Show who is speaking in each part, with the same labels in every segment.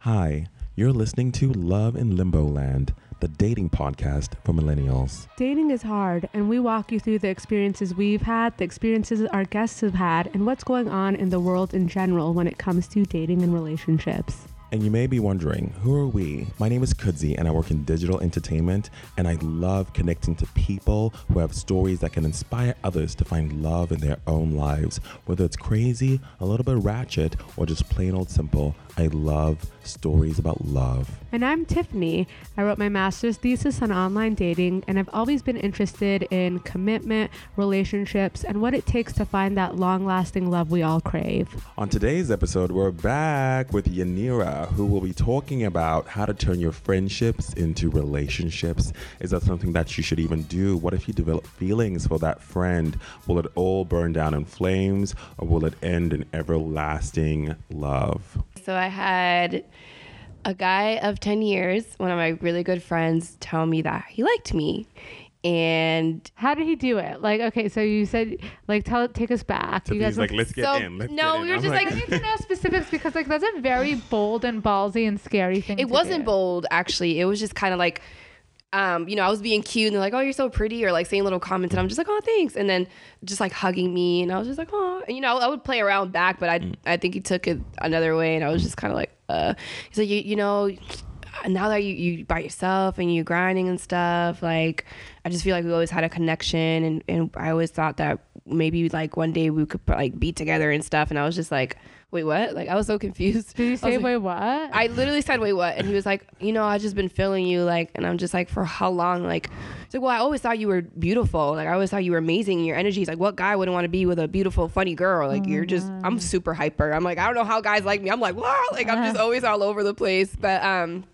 Speaker 1: Hi, you're listening to Love in Limbo Land, the dating podcast for millennials.
Speaker 2: Dating is hard, and we walk you through the experiences we've had, the experiences our guests have had, and what's going on in the world in general when it comes to dating and relationships.
Speaker 1: And you may be wondering, who are we? My name is Kudzi, and I work in digital entertainment, and I love connecting to people who have stories that can inspire others to find love in their own lives. Whether it's crazy, a little bit ratchet, or just plain old simple, I love stories about love.
Speaker 2: And I'm Tiffany. I wrote my master's thesis on online dating, and I've always been interested in commitment, relationships, and what it takes to find that long lasting love we all crave.
Speaker 1: On today's episode, we're back with Yanira, who will be talking about how to turn your friendships into relationships. Is that something that you should even do? What if you develop feelings for that friend? Will it all burn down in flames, or will it end in everlasting love?
Speaker 3: So I had a guy of 10 years, one of my really good friends, tell me that he liked me. And
Speaker 2: How did he do it? Like, okay, so you said, like, tell take us back. you
Speaker 1: Tiffany's
Speaker 2: were-
Speaker 1: like, let's get
Speaker 3: so-
Speaker 1: in. Let's
Speaker 3: no,
Speaker 1: get in."
Speaker 3: we were
Speaker 1: I'm
Speaker 3: just
Speaker 2: I
Speaker 3: like-
Speaker 2: need
Speaker 3: Like,
Speaker 2: to know specifics because, like, that's a very bold and ballsy and scary thing.
Speaker 3: it
Speaker 2: to
Speaker 3: wasn't
Speaker 2: do.
Speaker 3: bold, actually. It was just kind of like, um, you know, I was being cute and they're like, oh, you're so pretty, or like saying little comments. And I'm just like, oh, thanks. And then just like hugging me. And I was just like, oh, and you know, I would play around back, but I,
Speaker 2: Mm.
Speaker 3: I think he took it another way. And I was just kind of like, uh, he's like, you, you know, now that you, you by yourself and you grinding and stuff, like, I just feel like we always had a connection. And, and I always thought that maybe like one day we could like be together and stuff. And I was just like, wait, what? Like, I was so confused.
Speaker 2: Did
Speaker 3: I
Speaker 2: you
Speaker 3: was
Speaker 2: say,
Speaker 3: like-
Speaker 2: wait, what?
Speaker 3: I literally said, "Wait, what?" And he was like, "You know, I just been feeling you, like." And I'm just like, "For how long?" Like, he's like, "Well, I always thought you were beautiful. Like, I always thought you were amazing. And your energy is like, what guy wouldn't want to be with a beautiful, funny girl? Like, you're just, I'm super hyper. I'm like, I don't know how guys like me. I'm like, wow, like I'm just always all over the place. But um,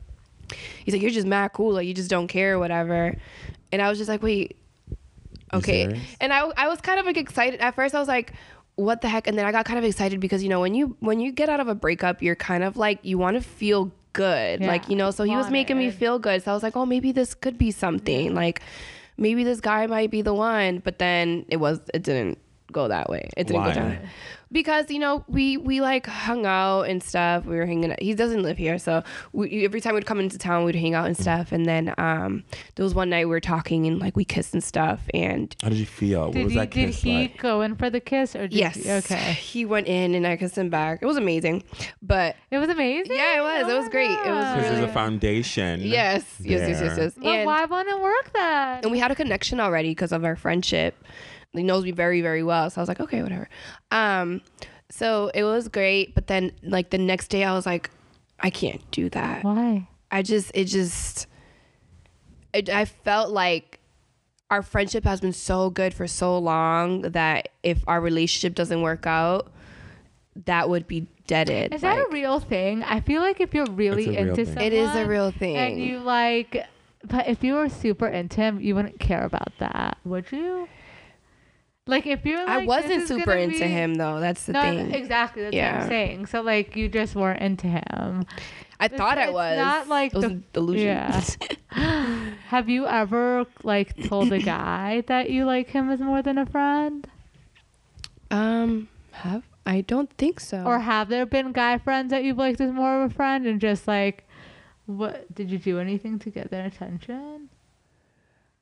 Speaker 3: he's like, "You're just mad cool. Like, you just don't care, or whatever." And I was just like, "Wait,
Speaker 1: You
Speaker 3: okay."
Speaker 1: serious?
Speaker 3: And I, I was kind of like excited at first. I was like, what the heck? And then I got kind of excited because you know when you when you get out of a breakup, you're kind of like you want to feel good,
Speaker 2: Yeah.
Speaker 3: like you know. So he was making me
Speaker 2: Wanted.
Speaker 3: feel good. So I was like, oh, maybe this could be something. Like maybe this guy might be the one. But then it was it didn't go that way. It didn't
Speaker 1: Why?
Speaker 3: go down because you know we we like hung out and stuff we were hanging out he doesn't live here so we, every time we'd come into town we'd hang out and stuff and then um there was one night we were talking and like we kissed and stuff and
Speaker 1: How did you feel?
Speaker 2: Did,
Speaker 1: what was
Speaker 2: you,
Speaker 1: that
Speaker 2: did
Speaker 1: kiss
Speaker 2: he
Speaker 1: like?
Speaker 2: go in for the kiss or did
Speaker 3: yes
Speaker 2: you- okay
Speaker 3: he went in and i kissed him back it was amazing but
Speaker 2: it was amazing
Speaker 3: Yeah, it was. It
Speaker 2: Oh
Speaker 3: was
Speaker 2: my
Speaker 3: great. It was
Speaker 2: God.
Speaker 1: Because
Speaker 3: really-
Speaker 1: there's a foundation.
Speaker 3: yes yes yes yes
Speaker 1: There.
Speaker 3: yes
Speaker 2: But why won't it work then?
Speaker 3: and we had a connection already because of our friendship. He knows me very, very well. So I was like, okay, whatever. Um, so it was great, but then like the next day, I was like, I can't do that.
Speaker 2: Why?
Speaker 3: I just, it just, it, I felt like our friendship has been so good for so long that if our relationship doesn't work out, that would be deaded.
Speaker 2: Is that
Speaker 3: Like,
Speaker 2: a real thing? I feel like if you're really
Speaker 1: It's a real
Speaker 2: into
Speaker 1: thing.
Speaker 2: someone,
Speaker 3: It is a real thing.
Speaker 2: and you like, but if you were super into him, you wouldn't care about that, would you? Like if you're, like,
Speaker 3: I
Speaker 2: this
Speaker 3: wasn't
Speaker 2: is gonna
Speaker 3: super into
Speaker 2: be-
Speaker 3: him though. That's the
Speaker 2: No,
Speaker 3: thing.
Speaker 2: exactly. That's what I'm
Speaker 3: Yeah.
Speaker 2: saying. So like, you just weren't into him.
Speaker 3: I thought I
Speaker 2: it's
Speaker 3: was.
Speaker 2: not like
Speaker 3: it was
Speaker 2: the-
Speaker 3: an illusion.
Speaker 2: Yeah. Have you ever like told a guy that you like him as more than a friend,
Speaker 3: Um, have I don't think so.
Speaker 2: or have there been guy friends that you've liked as more of a friend, and just like, what did you do anything to get their attention?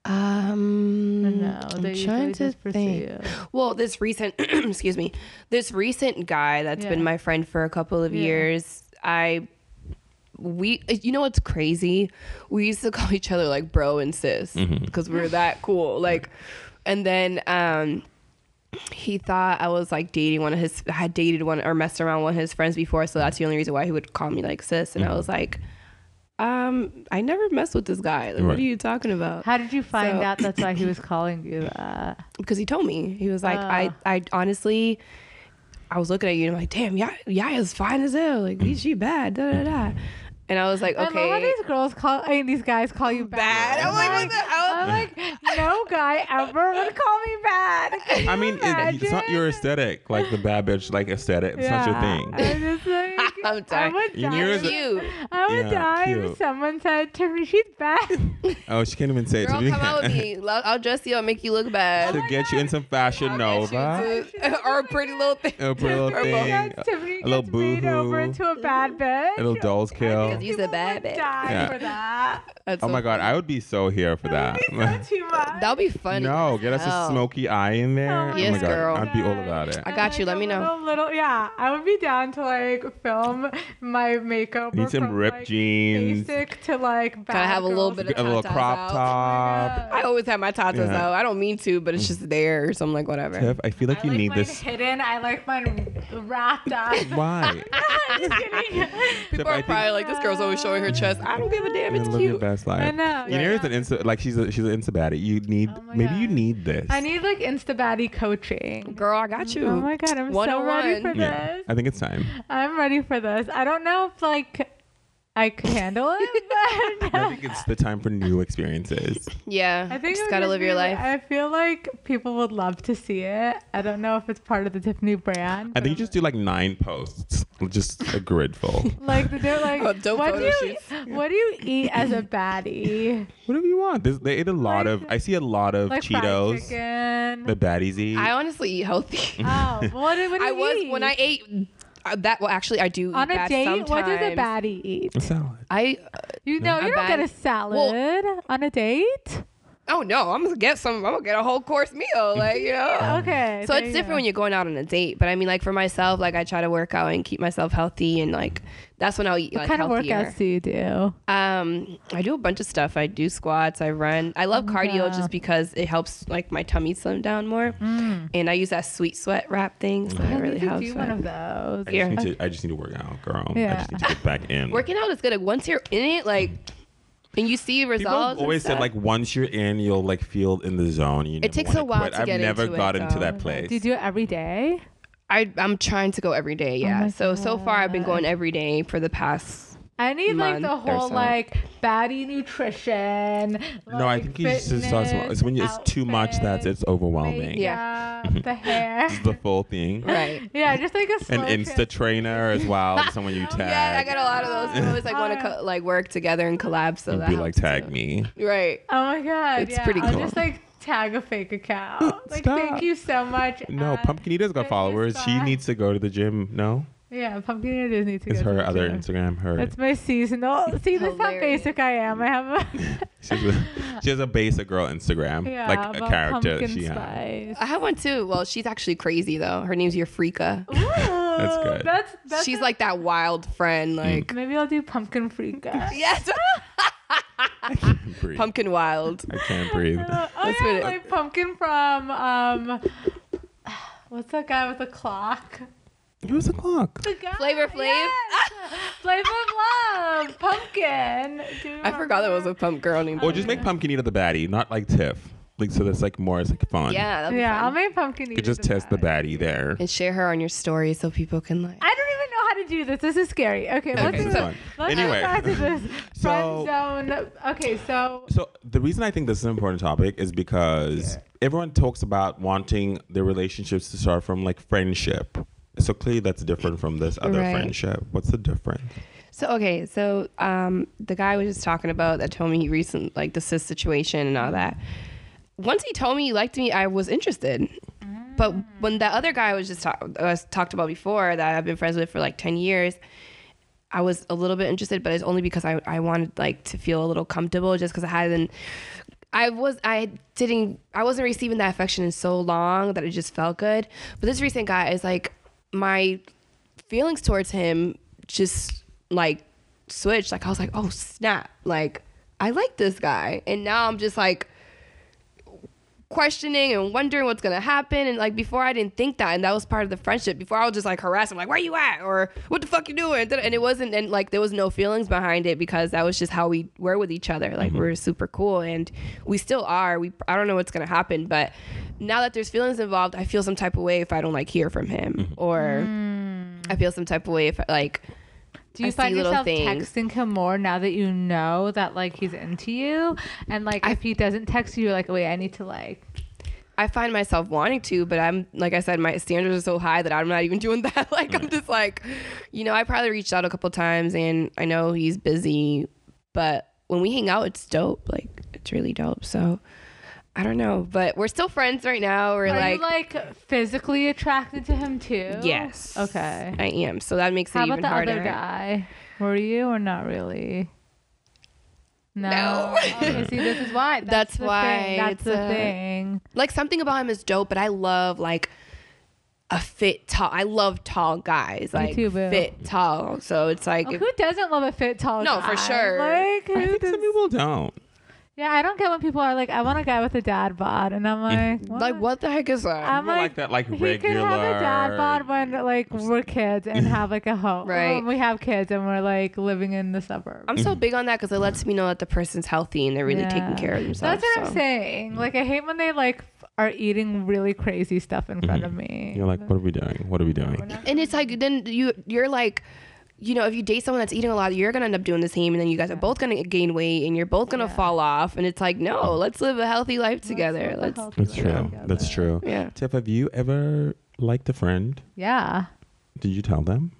Speaker 3: um,
Speaker 2: Or no, they
Speaker 3: I'm
Speaker 2: usually
Speaker 3: trying to
Speaker 2: just pursue
Speaker 3: think.
Speaker 2: you.
Speaker 3: Well, this recent, excuse me, this recent guy that's
Speaker 2: Yeah.
Speaker 3: been my friend for a couple of
Speaker 2: Yeah.
Speaker 3: years. I, we, you know what's crazy? We used to call each other like bro and sis because we were that cool. Like, and then um, he thought I was like dating one of his, I had dated one or messed around with one of his friends before, so that's the only reason why he would call me like sis. And I was like, um, I never messed with this guy. Like,
Speaker 1: Right.
Speaker 3: What are you talking about?
Speaker 2: How did you find
Speaker 3: So-
Speaker 2: out that's why he was calling you that?
Speaker 3: because he told me he was like I,
Speaker 2: Ah.
Speaker 3: I honestly i was looking at you and i'm like damn yeah yaya's fine as hell like she bad da, da, da. and i was like
Speaker 2: I love how
Speaker 3: okay
Speaker 2: these girls call, I mean, these guys call you bad.
Speaker 3: bad i'm like oh, what the hell
Speaker 2: I'm like, no guy ever would call me bad. Can
Speaker 1: I
Speaker 2: you
Speaker 1: mean, it, it's not your
Speaker 2: imagine?
Speaker 1: aesthetic, like the bad bitch, like aesthetic. It's not your thing.
Speaker 2: I was just like,
Speaker 3: I'm
Speaker 2: I
Speaker 3: sorry.
Speaker 2: would
Speaker 1: You
Speaker 2: die.
Speaker 1: knew it was-
Speaker 3: Cute.
Speaker 2: I would
Speaker 1: Yeah,
Speaker 2: die
Speaker 1: cute.
Speaker 2: if someone said to me, "She's bad."
Speaker 1: Oh, she can't even say it.
Speaker 3: Girl,
Speaker 1: to
Speaker 3: come out with me. Lo- I'll dress you up, make you look bad.
Speaker 1: to get you in some fashion
Speaker 3: Oh I'll
Speaker 1: nova.
Speaker 3: get you to- or a pretty little thing.
Speaker 1: A little
Speaker 3: Or both.
Speaker 1: thing,
Speaker 2: Yes, Tiffany
Speaker 1: a little
Speaker 2: gets made over
Speaker 1: boohoo.
Speaker 2: into a bad bitch.
Speaker 1: a little doll's kill.
Speaker 3: Because he's a bad
Speaker 2: People would
Speaker 3: bitch.
Speaker 2: Die
Speaker 1: Yeah.
Speaker 2: for that.
Speaker 3: That's
Speaker 1: Oh
Speaker 3: so
Speaker 1: my god,
Speaker 3: funny.
Speaker 1: I would be so here for that.
Speaker 2: That'd be so too much.
Speaker 3: That'll be funny.
Speaker 1: no, get us
Speaker 3: Hell.
Speaker 1: a smoky eye in there.
Speaker 2: Oh my
Speaker 1: oh my
Speaker 3: Yes,
Speaker 1: god,
Speaker 3: girl.
Speaker 1: I'd be all about it.
Speaker 3: I got
Speaker 2: And,
Speaker 3: you,
Speaker 2: like,
Speaker 3: let me
Speaker 2: a
Speaker 3: know.
Speaker 2: Little, little, yeah, I would be down to like film my makeup.
Speaker 1: Need
Speaker 2: or
Speaker 1: some
Speaker 2: from,
Speaker 1: ripped
Speaker 2: like,
Speaker 1: jeans.
Speaker 2: Basic to like.
Speaker 3: Gotta have a little bit of
Speaker 1: a little
Speaker 3: tatas
Speaker 1: crop
Speaker 3: out.
Speaker 1: top.
Speaker 3: I always have my tatas
Speaker 1: Yeah.
Speaker 3: out. I don't mean to, but it's just there or something like whatever.
Speaker 1: Tiff, I feel like you need this.
Speaker 2: hidden. I like mine wrapped up.
Speaker 1: Why?
Speaker 2: Just kidding.
Speaker 1: Tiff,
Speaker 3: People
Speaker 1: I
Speaker 3: are probably
Speaker 1: think
Speaker 3: like, this girl's always showing her chest. I don't give a damn.
Speaker 1: you
Speaker 3: It's
Speaker 1: live your
Speaker 3: cute.
Speaker 1: best life.
Speaker 2: know,
Speaker 1: You know,
Speaker 2: yeah.
Speaker 1: it's an insta, like she's a, she's an insta baddie. You need
Speaker 3: Oh
Speaker 2: my
Speaker 1: maybe you
Speaker 2: God.
Speaker 1: need this.
Speaker 2: I need like insta baddie coaching.
Speaker 3: Girl, I got you.
Speaker 2: Oh my god, I'm so ready for
Speaker 3: 101.
Speaker 1: yeah,
Speaker 2: this.
Speaker 1: I think it's time.
Speaker 2: I'm ready for this. I don't know if like I could handle it, but
Speaker 1: I think it's the time for new experiences.
Speaker 3: Yeah.
Speaker 2: I think
Speaker 3: you
Speaker 2: it
Speaker 3: just
Speaker 2: would
Speaker 3: gotta
Speaker 2: just
Speaker 3: live your
Speaker 2: be-
Speaker 3: life.
Speaker 2: I feel like people would love to see it. I don't know if it's part of the Tiffany brand.
Speaker 1: I
Speaker 2: but
Speaker 1: think you
Speaker 2: I'm
Speaker 1: just do like nine posts, just a grid full.
Speaker 2: like they're like,
Speaker 3: Oh, dope
Speaker 2: what do
Speaker 3: photo
Speaker 2: you what do you eat as a baddie?
Speaker 1: Whatever you want. This, they ate a lot
Speaker 2: Like-
Speaker 1: of. I see a lot of
Speaker 2: Like fried
Speaker 1: Cheetos.
Speaker 2: chicken.
Speaker 1: The baddies eat.
Speaker 3: I honestly eat healthy.
Speaker 2: oh, what, do- what do
Speaker 3: I
Speaker 2: you
Speaker 3: was
Speaker 2: eat?
Speaker 3: when I ate uh, that. Well, actually, I do.
Speaker 2: on
Speaker 3: eat
Speaker 2: a
Speaker 3: that
Speaker 2: date. What does a
Speaker 3: sometimes.
Speaker 2: baddie eat?
Speaker 1: A salad.
Speaker 3: I uh,
Speaker 2: You know,
Speaker 3: A
Speaker 2: you don't get a
Speaker 3: baddie-
Speaker 2: salad on a date.
Speaker 3: oh no, I'm gonna get some. I'm gonna get a whole course meal. Like you know.
Speaker 1: Um,
Speaker 2: Okay,
Speaker 3: So it's different when you're going out on a date, but I mean, like for myself, like I try to work out and keep myself healthy, and like that's when I'll eat like
Speaker 2: What kind of
Speaker 3: healthier.
Speaker 2: workouts do you do?
Speaker 3: Um, I do a bunch of stuff. I do squats. I run. I love cardio
Speaker 2: Yeah.
Speaker 3: just because it helps like my tummy slim down more, and I use that sweet sweat wrap thing. So that really
Speaker 2: I need to
Speaker 3: helps.
Speaker 2: Mm. do
Speaker 3: but-
Speaker 2: one of those.
Speaker 1: I
Speaker 3: Here.
Speaker 1: just, need to, I just need to work out, girl. I
Speaker 2: Yeah.
Speaker 1: just need to get back in.
Speaker 3: Working out is good. Like, once you're in it, like, and you see results.
Speaker 1: People
Speaker 3: and
Speaker 1: always said
Speaker 3: stuff.
Speaker 1: like once you're in, you'll like feel in the zone. You never
Speaker 3: takes
Speaker 1: wanna
Speaker 3: a while
Speaker 1: quit.
Speaker 3: to
Speaker 1: I've
Speaker 3: get
Speaker 1: never
Speaker 3: into it,
Speaker 1: gotten to
Speaker 3: though.
Speaker 1: that place.
Speaker 2: Do you do it every day?
Speaker 3: I I'm trying to go every day. Yeah.
Speaker 2: Oh my
Speaker 3: so so far I've been going every day for the past.
Speaker 2: I need like the
Speaker 3: month or
Speaker 2: whole
Speaker 3: so.
Speaker 2: like baddie nutrition.
Speaker 1: no, I think you just start small. It's when you, it's too much that it's overwhelming.
Speaker 3: Yeah.
Speaker 2: the hair.
Speaker 1: It's the full thing.
Speaker 3: Right.
Speaker 2: yeah, just like a slow
Speaker 1: An Insta
Speaker 2: trans-
Speaker 1: trainer as well. someone you tag.
Speaker 3: Yeah, I got a lot of those. We always like want to co- like work together and collab. So
Speaker 1: and
Speaker 3: that
Speaker 1: be like,
Speaker 3: helps,
Speaker 1: tag
Speaker 3: too.
Speaker 1: me.
Speaker 3: Right.
Speaker 2: Oh my god,
Speaker 3: It's
Speaker 2: yeah.
Speaker 3: pretty
Speaker 2: I'll
Speaker 3: cool.
Speaker 2: just like tag a fake account. Like,
Speaker 1: Stop.
Speaker 2: thank you so much. Uh,
Speaker 1: No,
Speaker 2: at-
Speaker 1: Pumpkinita's got
Speaker 2: Fitness
Speaker 1: followers. She
Speaker 2: Bar.
Speaker 1: needs to go to the gym. No,
Speaker 2: Yeah, pumpkin ear does need to
Speaker 1: it's
Speaker 2: go. to
Speaker 1: her
Speaker 2: the
Speaker 1: other
Speaker 2: gym.
Speaker 1: Instagram. Her.
Speaker 2: That's my seasonal. See, this is how
Speaker 3: Hilarious.
Speaker 2: basic I am. I have a
Speaker 1: She's a, she has a basic girl Instagram,
Speaker 2: yeah,
Speaker 1: like a
Speaker 2: about
Speaker 1: character that
Speaker 2: pumpkin
Speaker 1: she uh, has.
Speaker 2: spice.
Speaker 3: I have one too. Well, she's actually crazy though. Her name's Eureka.
Speaker 2: That's
Speaker 1: good.
Speaker 2: That's, that's
Speaker 3: she's
Speaker 2: a-
Speaker 3: like that wild
Speaker 1: Mm.
Speaker 3: friend, like
Speaker 2: Maybe I'll do pumpkin frika.
Speaker 3: yes,
Speaker 1: Breathe.
Speaker 3: pumpkin wild.
Speaker 1: I can't breathe.
Speaker 2: Uh, oh
Speaker 3: That's
Speaker 2: yeah,
Speaker 3: what it-
Speaker 2: like pumpkin from um, what's that guy with the clock?
Speaker 1: Who's the clock?
Speaker 2: The guy,
Speaker 3: Flavor Flav?
Speaker 2: Yes! Flavor of Love, pumpkin. Do you
Speaker 3: I forgot there was a
Speaker 2: remember?
Speaker 3: pump girl named.
Speaker 1: Or just make Pumpkinita the baddie, not like Tiff. Like so that's like more it's like fun.
Speaker 3: yeah, that'd be
Speaker 2: Yeah, I'll
Speaker 3: fun.
Speaker 2: make pumpkin.
Speaker 1: You could just test the baddie there.
Speaker 3: and share her on your story so people can like.
Speaker 2: I don't even know how to do this. This is scary. Okay, let's
Speaker 1: this
Speaker 2: do
Speaker 1: is fun.
Speaker 2: this. Let's
Speaker 1: Anyway.
Speaker 2: get back to this
Speaker 1: So-
Speaker 2: friend zone. Okay, so
Speaker 1: So the reason I think this is an important topic is because everyone talks about wanting their relationships to start from like friendship. So clearly that's different from this other
Speaker 3: Right.
Speaker 1: friendship. What's the difference?
Speaker 3: So okay, so um, the guy I was just talking about that told me he recent like the cis situation and all that. Once he told me he liked me, I was interested. But when that other guy I was just talk- I was talked about before that I've been friends with for like ten years, I was a little bit interested, but it's only because I I wanted like to feel a little comfortable just because I hadn't. I was I didn't I wasn't receiving that affection in so long that it just felt good. But this recent guy is like my feelings towards him just like switched. Like I was like, oh snap! Like I like this guy, and now I'm just like questioning and wondering what's gonna happen. And like before, I didn't think that, and that was part of the friendship. Before, I was just like harass him, like where you at, or what the fuck you doing, and it wasn't, and like there was no feelings behind it because that was just how we were with each other. Like we're super cool, and we still are. We I don't know what's gonna happen, but now that there's feelings involved, I feel some type of way if I don't like hear from him or. I feel some type of way if like
Speaker 2: Mm. do you
Speaker 3: I see
Speaker 2: find
Speaker 3: little
Speaker 2: yourself
Speaker 3: things.
Speaker 2: texting him more now that you know that like he's into you, and like if he doesn't text you, you're like, wait, I need to like
Speaker 3: I find myself wanting to, but I'm like I said, my standards are so high that I'm not even doing that. like I'm just like, you know, I probably reached out a couple times, and I know he's busy, but when we hang out, it's dope. Like it's really dope. So I don't know, but we're still friends right now. We're
Speaker 2: Are
Speaker 3: like,
Speaker 2: you like physically attracted to him too?
Speaker 3: yes,
Speaker 2: Okay.
Speaker 3: I am. So that makes it
Speaker 2: How
Speaker 3: even
Speaker 2: about the
Speaker 3: harder.
Speaker 2: other guy? Were you or not really? No.
Speaker 3: No.
Speaker 2: okay, see, this is why. That's,
Speaker 3: That's
Speaker 2: the
Speaker 3: why
Speaker 2: Thing. That's
Speaker 3: it's
Speaker 2: the
Speaker 3: a-
Speaker 2: thing.
Speaker 3: like something about him is dope, but I love like a fit tall. I love tall guys, like
Speaker 2: too, boo. Oh,
Speaker 3: fit tall. So it's like
Speaker 2: Who doesn't love a fit tall
Speaker 3: No,
Speaker 2: guy?
Speaker 3: for sure.
Speaker 2: Like,
Speaker 1: I
Speaker 2: who
Speaker 1: think
Speaker 2: does-
Speaker 1: some people don't.
Speaker 2: yeah, I don't get when people are like, I want a guy with a dad bod, and I'm like, what?
Speaker 3: like what the heck is that?
Speaker 2: I'm
Speaker 1: People
Speaker 2: like,
Speaker 1: like that, like,
Speaker 2: he could have a dad
Speaker 1: regular-
Speaker 2: bod when like we're kids and have like a home.
Speaker 3: Right.
Speaker 2: When we have kids and we're like living in the suburbs.
Speaker 3: I'm so
Speaker 1: Mm-hmm.
Speaker 3: big on that because it lets me know that the person's healthy and they're really taking
Speaker 2: Yeah.
Speaker 3: care of themselves.
Speaker 2: That's what
Speaker 3: so.
Speaker 2: I'm
Speaker 1: Mm.
Speaker 2: saying. Like I hate when they like f- are eating really crazy stuff in front of me.
Speaker 1: Mm-hmm. You're like, what are we doing? What are we doing?
Speaker 3: And it's like then you you're like, you know, if you date someone that's eating a lot, you're gonna end up doing the same, and then you guys are both gonna gain weight and you're both gonna
Speaker 2: Yeah.
Speaker 3: fall off. And it's like, no, let's live a healthy life together.
Speaker 2: live a
Speaker 3: Let's,
Speaker 2: healthy
Speaker 1: That's
Speaker 2: life
Speaker 1: true. That's true.
Speaker 3: yeah.
Speaker 1: Tiff, have you ever liked a friend?
Speaker 2: Yeah.
Speaker 1: Did you tell them?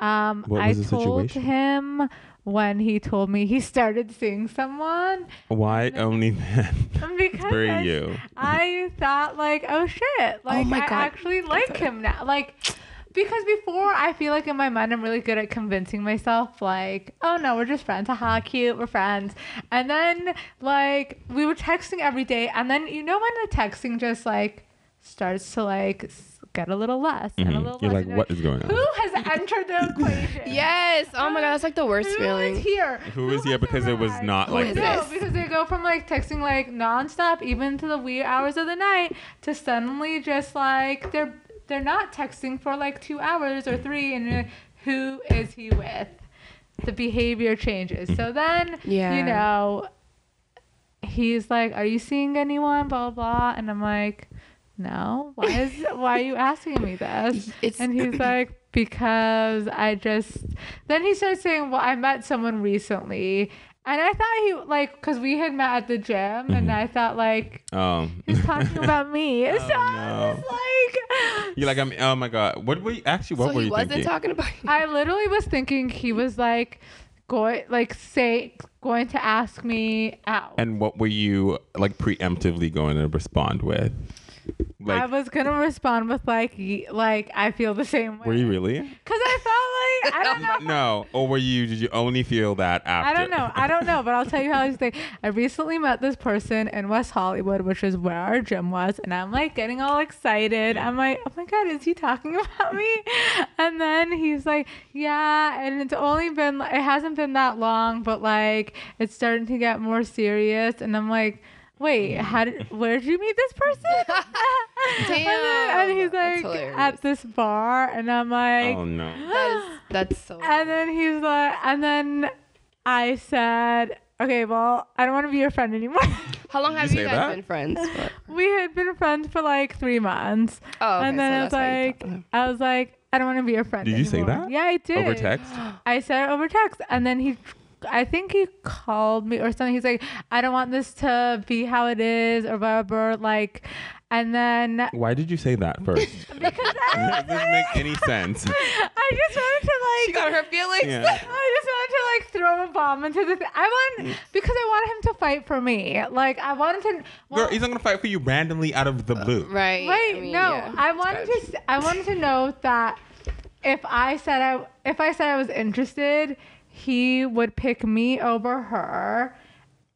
Speaker 2: Um,
Speaker 1: What
Speaker 2: I
Speaker 1: was the
Speaker 2: told
Speaker 1: situation?
Speaker 2: him when he told me he started seeing someone
Speaker 1: Why only then?
Speaker 2: because
Speaker 1: Were
Speaker 2: I,
Speaker 1: you?
Speaker 2: I thought like, oh shit, like
Speaker 3: my
Speaker 2: I
Speaker 3: God.
Speaker 2: actually like him now, like. Because before, I feel like in my mind, I'm really good at convincing myself, like, oh no, we're just friends. Haha, cute, we're friends. And then, like, we were texting every day. And then, you know, when the texting just, like, starts to, like, s- get a little less and a
Speaker 1: Mhm.
Speaker 2: little
Speaker 1: You're
Speaker 2: less.
Speaker 1: like,
Speaker 2: and
Speaker 1: what is going on?
Speaker 2: Who has entered the equation?
Speaker 3: Yes. Oh my god, that's like the worst
Speaker 2: Who is
Speaker 3: feeling.
Speaker 2: here?
Speaker 1: Who is here?
Speaker 2: has
Speaker 1: Because it was
Speaker 2: arrived?
Speaker 1: not
Speaker 3: Who like is this.
Speaker 2: No,
Speaker 3: this?
Speaker 2: because they go from like texting like nonstop, even to the wee hours of the night, to suddenly just like they're they're not texting for like two hours or three, and you're like, who is he with? The behavior changes. So then,
Speaker 3: Mm-hmm. Yeah.
Speaker 2: you know, he's like, "Are you seeing anyone?" Blah blah, blah. and I'm like, "No. Why is why are you asking me this?"
Speaker 3: It's-
Speaker 2: and he's like, "Because I just." Then he starts saying, "Well, I met someone recently." And I thought he like because we had met at the gym, and I thought like
Speaker 1: Um,
Speaker 2: he's talking about me. so I was
Speaker 1: no.
Speaker 2: like,
Speaker 1: you're like, I'm. Oh my god. What were you actually? What
Speaker 3: so
Speaker 1: were
Speaker 3: he
Speaker 1: you
Speaker 3: wasn't
Speaker 1: thinking?
Speaker 3: talking about. You.
Speaker 2: I literally was thinking he was like going like say going to ask me out.
Speaker 1: and what were you like preemptively going to respond with? Like,
Speaker 2: I was gonna respond with like, y- like I feel the same way.
Speaker 1: were you really?
Speaker 2: Cause I felt like I don't know.
Speaker 1: No. Or were you? Did you only feel that
Speaker 2: I
Speaker 1: after?
Speaker 2: don't know. I don't know, but I'll tell you how I was thinking. I recently met this person in West Hollywood, which is where our gym was, and I'm like getting all excited. I'm like, oh my god, is he talking about me? And then he's like, yeah. And it's only been it hasn't been that long, but like it's starting to get more serious. And I'm like, wait,
Speaker 1: Mm.
Speaker 2: how did where did you meet this person? And, then- and he's
Speaker 3: Damn, that's
Speaker 2: like
Speaker 3: hilarious.
Speaker 2: at this bar, and I'm like,
Speaker 1: Oh no.
Speaker 3: That is, that's so.
Speaker 2: and then he's like, and then I said, okay, well, I don't want to be your friend anymore.
Speaker 3: How long have
Speaker 1: say
Speaker 3: you guys
Speaker 1: that?
Speaker 3: been friends? Oh, For?
Speaker 2: we had been friends for like three months.
Speaker 3: Oh, okay,
Speaker 2: and
Speaker 3: so
Speaker 2: then
Speaker 3: that's
Speaker 2: I
Speaker 3: why you
Speaker 2: was
Speaker 3: talked to
Speaker 2: like,
Speaker 3: him.
Speaker 2: I was like, I don't want to be your friend.
Speaker 1: Did you say
Speaker 2: anymore."
Speaker 1: that?
Speaker 2: Yeah, I did.
Speaker 1: Over text.
Speaker 2: I said it over text, and then he, I think he called me or something. He's like, I don't want this to be how it is, or blah blah, blah. like, and then
Speaker 1: Why did you say that first?
Speaker 2: because I,
Speaker 1: Does this make any sense?
Speaker 2: I just wanted to like.
Speaker 3: She got her feelings.
Speaker 1: Yeah.
Speaker 2: I just wanted to like throw a bomb into the. Th- I want because I want him to fight for me. Like I wanted to.
Speaker 1: Mm. Girl,
Speaker 2: well, Uh,
Speaker 1: he's not gonna fight for you randomly out of the blue.
Speaker 3: Right.
Speaker 2: wait,
Speaker 3: I mean,
Speaker 2: no.
Speaker 3: yeah,
Speaker 2: I
Speaker 3: it's
Speaker 2: wanted
Speaker 3: good.
Speaker 2: to. s- I wanted to know that if I said I if I said I was interested, he would pick me over her,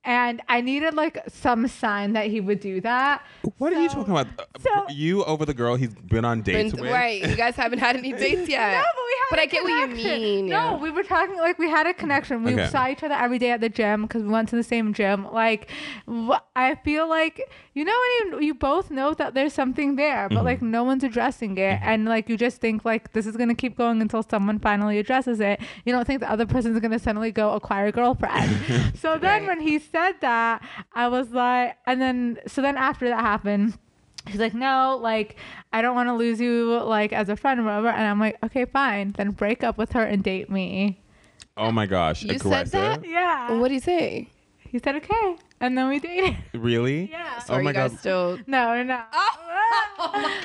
Speaker 2: and I needed like some sign that he would do that.
Speaker 1: What are you
Speaker 2: So-
Speaker 1: talking about? Uh,
Speaker 2: so-
Speaker 1: you over the girl he's been on dates
Speaker 3: Been-
Speaker 1: with.
Speaker 3: right. You guys haven't had any dates yet.
Speaker 2: No, but we had.
Speaker 3: But
Speaker 2: I
Speaker 3: I get what you mean.
Speaker 2: No,
Speaker 3: yeah.
Speaker 2: we were talking like we had a connection. We
Speaker 1: Okay.
Speaker 2: saw each other every day at the gym because we went to the same gym. Like, wh- I feel like you know when you, you both know that there's something there, but like no one's addressing it, and like you just think like this is gonna keep going until someone finally addresses it. You don't think the other person's gonna suddenly go acquire a girlfriend. so then
Speaker 3: Right.
Speaker 2: when he said that, I was like, and then so then after that happened. She's like, no, like, I don't want to lose you, like, as a friend or whatever. And I'm like, okay, fine. Then break up with her and date me.
Speaker 1: Oh my gosh.
Speaker 3: You said
Speaker 1: aggressive.
Speaker 3: that?
Speaker 2: Yeah.
Speaker 1: Oh
Speaker 3: What do you say?
Speaker 2: He said, okay. And then we dated.
Speaker 1: Really?
Speaker 2: Yeah.
Speaker 1: Oh
Speaker 3: Or
Speaker 1: my
Speaker 3: you guys
Speaker 1: god.
Speaker 3: still
Speaker 2: No, no.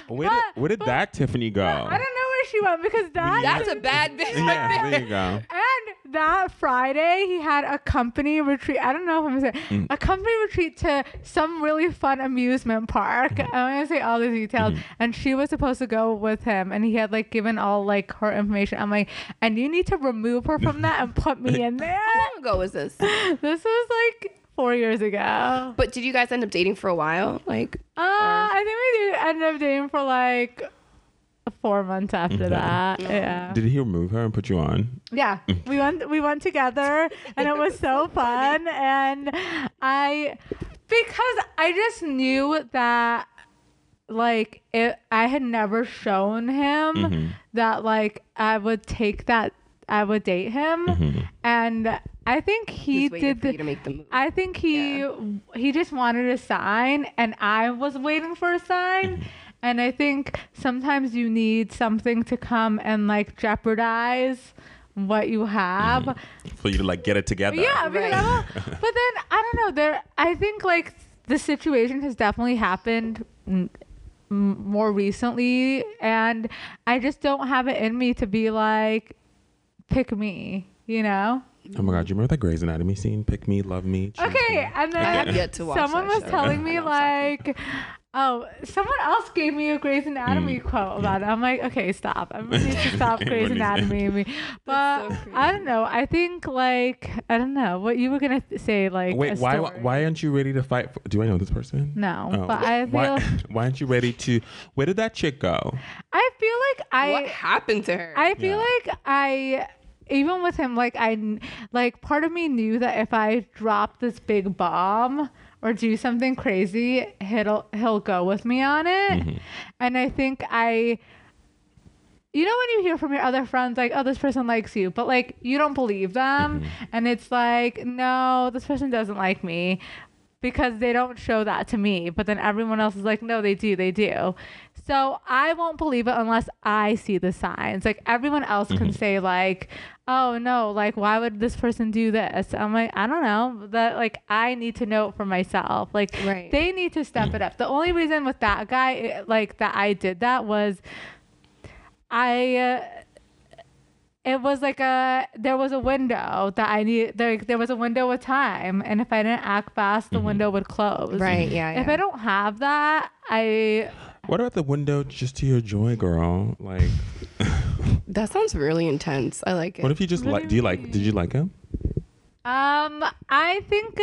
Speaker 1: Where did, where did
Speaker 2: But-
Speaker 1: that Tiffany go?
Speaker 2: I don't know where she went because that.
Speaker 3: That's a bad bitch. right
Speaker 1: yeah,
Speaker 3: there.
Speaker 1: there you go.
Speaker 2: And that Friday, he had a company retreat. I don't know if I'm gonna say a company retreat to some really fun amusement park. I'm gonna say all the details. And she was supposed to go with him, and he had like given all like her information. I'm like, and you need to remove her from that and put me in there.
Speaker 3: How long ago was this?
Speaker 2: this was like four years ago.
Speaker 3: But did you guys end up dating for a while? Like,
Speaker 2: Uh, I think we did end up dating for like four months after that. Yeah.
Speaker 1: Did he remove her and put you on?
Speaker 2: Yeah, we went we went together, and it was so fun. And I, because I just knew that, like, it, I had never shown him that like I would take that I would date him, and I think he
Speaker 3: just waiting
Speaker 2: did.
Speaker 3: for you to
Speaker 2: The,
Speaker 3: make the move.
Speaker 2: I think he
Speaker 3: Yeah.
Speaker 2: he just wanted a sign, and I was waiting for a sign.
Speaker 3: Mm-hmm.
Speaker 2: And I think sometimes you need something to come and like jeopardize what you have.
Speaker 1: For you to like get it together.
Speaker 2: Yeah, because
Speaker 3: Mm-hmm. Right.
Speaker 2: I'm a- but then I don't know. There, I think like the situation has definitely happened m- m- more recently, and I just don't have it in me to be like, pick me. You know?
Speaker 1: Oh my god, you remember that Grey's Anatomy scene? Pick me, love me. choose me?
Speaker 2: Okay, and then
Speaker 3: I have yet to watch.
Speaker 2: someone
Speaker 3: that
Speaker 2: was
Speaker 3: show.
Speaker 2: telling me
Speaker 3: I'm sorry.
Speaker 2: like oh someone else gave me a Grey's
Speaker 1: Mm.
Speaker 2: Anatomy quote about it I'm like okay stop everyone needs to stop Grey's
Speaker 1: Everyone needs-
Speaker 2: Anatomy me but
Speaker 3: so
Speaker 2: I don't know I think like I don't know what you were gonna th- say like a
Speaker 1: Wait, why
Speaker 2: story.
Speaker 1: why aren't you ready to fight? For, do I know this person?
Speaker 2: No,
Speaker 1: Oh.
Speaker 2: but I feel
Speaker 1: why, why aren't you ready to? Where did that chick go?
Speaker 2: I feel like I
Speaker 3: what happened to her?
Speaker 2: I feel
Speaker 1: Yeah.
Speaker 2: like I even with him like I kn- like part of me knew that if I drop this big bomb or do something crazy, he'll he'll go with me on it. And I think I you know when you hear from your other friends like oh this person likes you but like you don't believe them and it's like no this person doesn't like me because they don't show that to me but then everyone else is like no they do they do so i won't believe it unless i see the signs like everyone else can say like oh no like why would this person do this i'm like i don't know that like i need to know it for myself like
Speaker 3: Right.
Speaker 2: they need to step it up the only reason with that guy it- like that i did that was I uh, it was like a there was a window that I need there there was a window with time and if I didn't act fast the window would close.
Speaker 3: Right, yeah,
Speaker 2: If
Speaker 3: yeah.
Speaker 2: I don't have that, I
Speaker 1: What about the window just to your joy, girl? Like,
Speaker 3: that sounds really intense. I like it.
Speaker 1: what if you just like?
Speaker 2: What do you
Speaker 1: Do you like? Did you like him?
Speaker 2: um I think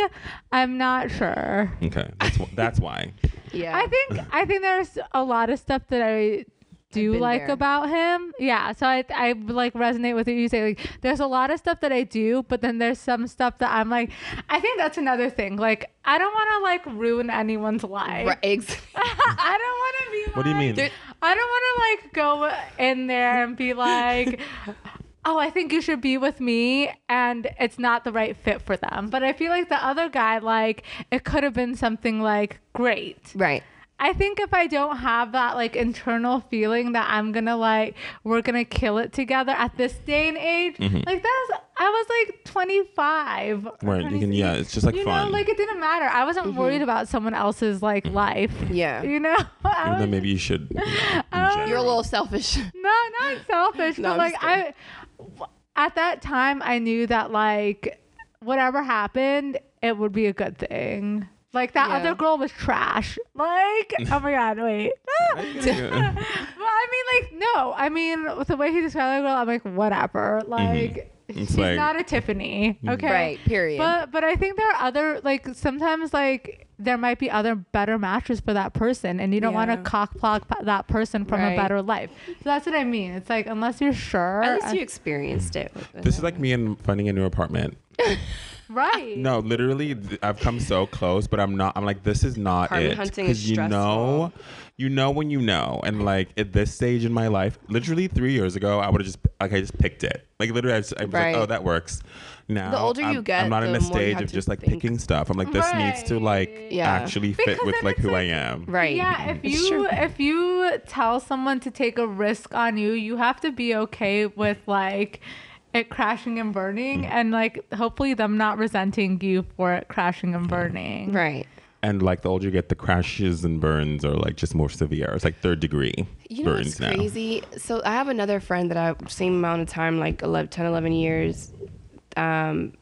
Speaker 2: I'm not sure.
Speaker 1: Okay, that's wh- that's why.
Speaker 3: yeah.
Speaker 2: I think I think there's a lot of stuff that I do
Speaker 3: been
Speaker 2: like
Speaker 3: there.
Speaker 2: about him. Yeah, so I I like resonate with what you say. Like, there's a lot of stuff that I do, but then there's some stuff that I'm like, I think that's another thing. Like, I don't want to like ruin anyone's life.
Speaker 3: Right, ex-
Speaker 2: I don't want to be. Like,
Speaker 1: What do you mean?
Speaker 3: There-
Speaker 2: I don't want to like go in there and be like, oh, I think you should be with me, and it's not the right fit for them. But I feel like the other guy, like, it could have been something like great.
Speaker 3: right.
Speaker 2: I think if I don't have that like internal feeling that I'm gonna like we're gonna kill it together at this day and age,
Speaker 1: Mm-hmm.
Speaker 2: like that's I was like 25. or
Speaker 1: Right, you can-
Speaker 2: 26.
Speaker 1: yeah, it's just, like, Mm-hmm.
Speaker 2: you know,
Speaker 1: fun.
Speaker 2: like it didn't matter. I wasn't worried about someone else's like life.
Speaker 3: Yeah.
Speaker 2: you know, I
Speaker 1: Mm-hmm. And
Speaker 2: was,
Speaker 1: then maybe you should. you know, in general.
Speaker 3: You're a little selfish.
Speaker 2: no, not selfish,
Speaker 3: No,
Speaker 2: but
Speaker 3: I'm
Speaker 2: like
Speaker 3: just
Speaker 2: I,
Speaker 3: kidding.
Speaker 2: at that time I knew that like whatever happened, it would be a good thing. Like that
Speaker 3: Yeah.
Speaker 2: other girl was trash. Like, oh my god, wait.
Speaker 1: Yeah.
Speaker 2: Well, I mean, like, no. I mean, with the way he described the girl, I'm like, whatever. Like, she's
Speaker 1: like-
Speaker 2: not a Tiffany. Okay.
Speaker 3: Right. Period.
Speaker 2: But but I think there are other like sometimes like there might be other better matches for that person, and you don't want
Speaker 3: Yeah.
Speaker 2: to cock block p- that person from
Speaker 3: Right.
Speaker 2: a better life. So that's what I mean. It's like unless you're sure,
Speaker 3: At least
Speaker 2: uh,
Speaker 3: you experienced it.
Speaker 1: This is like me and finding a new apartment.
Speaker 2: right?
Speaker 1: No, literally, th- I've come so close, but I'm not. I'm like, this is not
Speaker 3: Apartment
Speaker 1: it.
Speaker 3: hunting
Speaker 1: 'Cause
Speaker 3: is
Speaker 1: you know, you know when you know, and like at this stage in my life, literally three years ago, I would have just like I just picked it. Like literally, I, just, I was
Speaker 3: Right.
Speaker 1: like, oh, that works. Now,
Speaker 3: The older you
Speaker 1: I'm,
Speaker 3: get,
Speaker 1: I'm not in
Speaker 3: the
Speaker 1: a
Speaker 3: more you
Speaker 1: stage
Speaker 3: have
Speaker 1: of
Speaker 3: to
Speaker 1: just like
Speaker 3: think.
Speaker 1: picking stuff. I'm like, this needs to like
Speaker 2: Right.
Speaker 3: Yeah.
Speaker 1: actually fit
Speaker 2: Because
Speaker 1: with
Speaker 2: then
Speaker 1: like
Speaker 2: it's
Speaker 1: who I
Speaker 2: like-
Speaker 1: am.
Speaker 3: right.
Speaker 2: Yeah, if
Speaker 3: It's
Speaker 2: you
Speaker 3: true.
Speaker 2: if you tell someone to take a risk on you, you have to be okay with like it crashing and burning
Speaker 3: Mm.
Speaker 2: and like hopefully them not resenting you for it crashing and burning.
Speaker 3: Right.
Speaker 1: And like the older you get, the crashes and burns are like just more severe. It's like third degree
Speaker 3: You know what's
Speaker 1: burns now.
Speaker 3: crazy? So I have another friend that I've same amount of time, like 11, 10, 11 years. Um,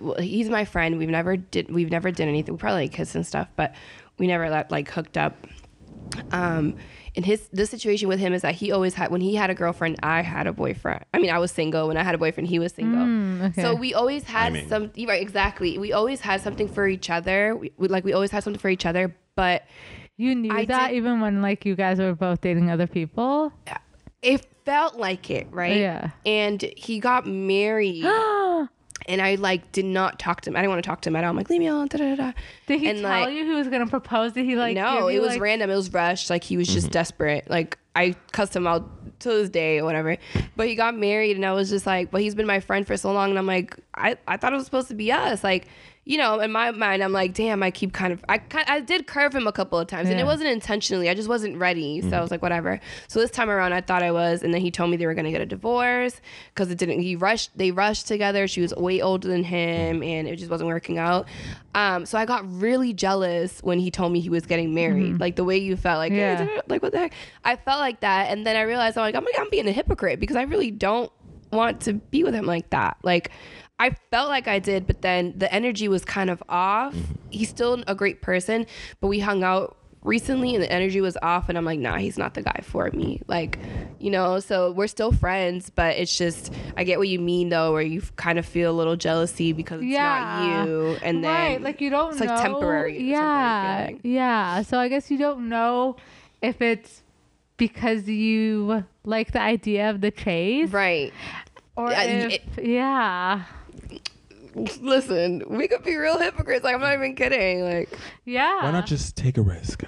Speaker 3: well, he's my friend. We've never did we've never did anything. We probably like, kissed and stuff, but we never got like hooked up. Um, and his the situation with him is that he always had when he had a girlfriend, I had a boyfriend. I mean, I was single when I had a boyfriend. He was single.
Speaker 2: okay.
Speaker 3: So we always had
Speaker 1: Timing.
Speaker 3: some you're right exactly. We always had something for each other. We, we- like we always had something for each other, but
Speaker 2: You knew
Speaker 3: I
Speaker 2: that
Speaker 3: did-
Speaker 2: even when like you guys were both dating other people.
Speaker 3: it felt like it, right?
Speaker 2: Yeah.
Speaker 3: And he got married, and I like did not talk to him. I didn't want to talk to him at all. I'm like, leave me alone. Da, da, da, da.
Speaker 2: Did he
Speaker 3: and,
Speaker 2: tell
Speaker 3: like,
Speaker 2: you he was gonna propose? Did he like
Speaker 3: no,
Speaker 2: give
Speaker 3: it
Speaker 2: you,
Speaker 3: was
Speaker 2: like-
Speaker 3: random. It was rushed. Like he was just desperate. Like I cussed him out to this day or whatever. But he got married, and I was just like, but he's been my friend for so long, and I'm like, I, I thought it was supposed to be us, like. You know, in my mind, I'm like, damn, I keep kind of, I kind, I did curve him a couple of times, and it
Speaker 2: Yeah. Mm-hmm.
Speaker 3: wasn't intentionally. I just wasn't ready, so I was like, whatever. So this time around, I thought I was, and then he told me they were gonna get a divorce because it didn't. He rushed, they rushed together. She was way older than him,
Speaker 2: Mm-hmm.
Speaker 3: and it just wasn't working out. Um, so I got really jealous when he told me he was getting married. Like the way you felt, like
Speaker 2: Mm-hmm. Yeah.
Speaker 3: yeah like what the heck i felt like that and then i realized i'm like i'm like i'm being a hypocrite because i really don't want to be with him like that like i felt like i did but then the energy was kind of off he's still a great person but we hung out recently and the energy was off and i'm like nah he's not the guy for me like you know so we're still friends but it's just i get what you mean though where you kind of feel a little jealousy because it's
Speaker 2: Yeah.
Speaker 3: not you and then
Speaker 2: right, like you don't
Speaker 3: it's
Speaker 2: know.
Speaker 3: like temporary temporary
Speaker 2: Yeah,
Speaker 3: feeling.
Speaker 2: yeah. So I guess you don't know if it's because you like the idea of the chase,
Speaker 3: right
Speaker 2: Or
Speaker 3: Yeah,
Speaker 2: if,
Speaker 3: it-
Speaker 2: yeah,
Speaker 3: listen, we could be real hypocrites. Like I'm not even kidding. Like
Speaker 2: yeah.
Speaker 1: Why not just take a risk?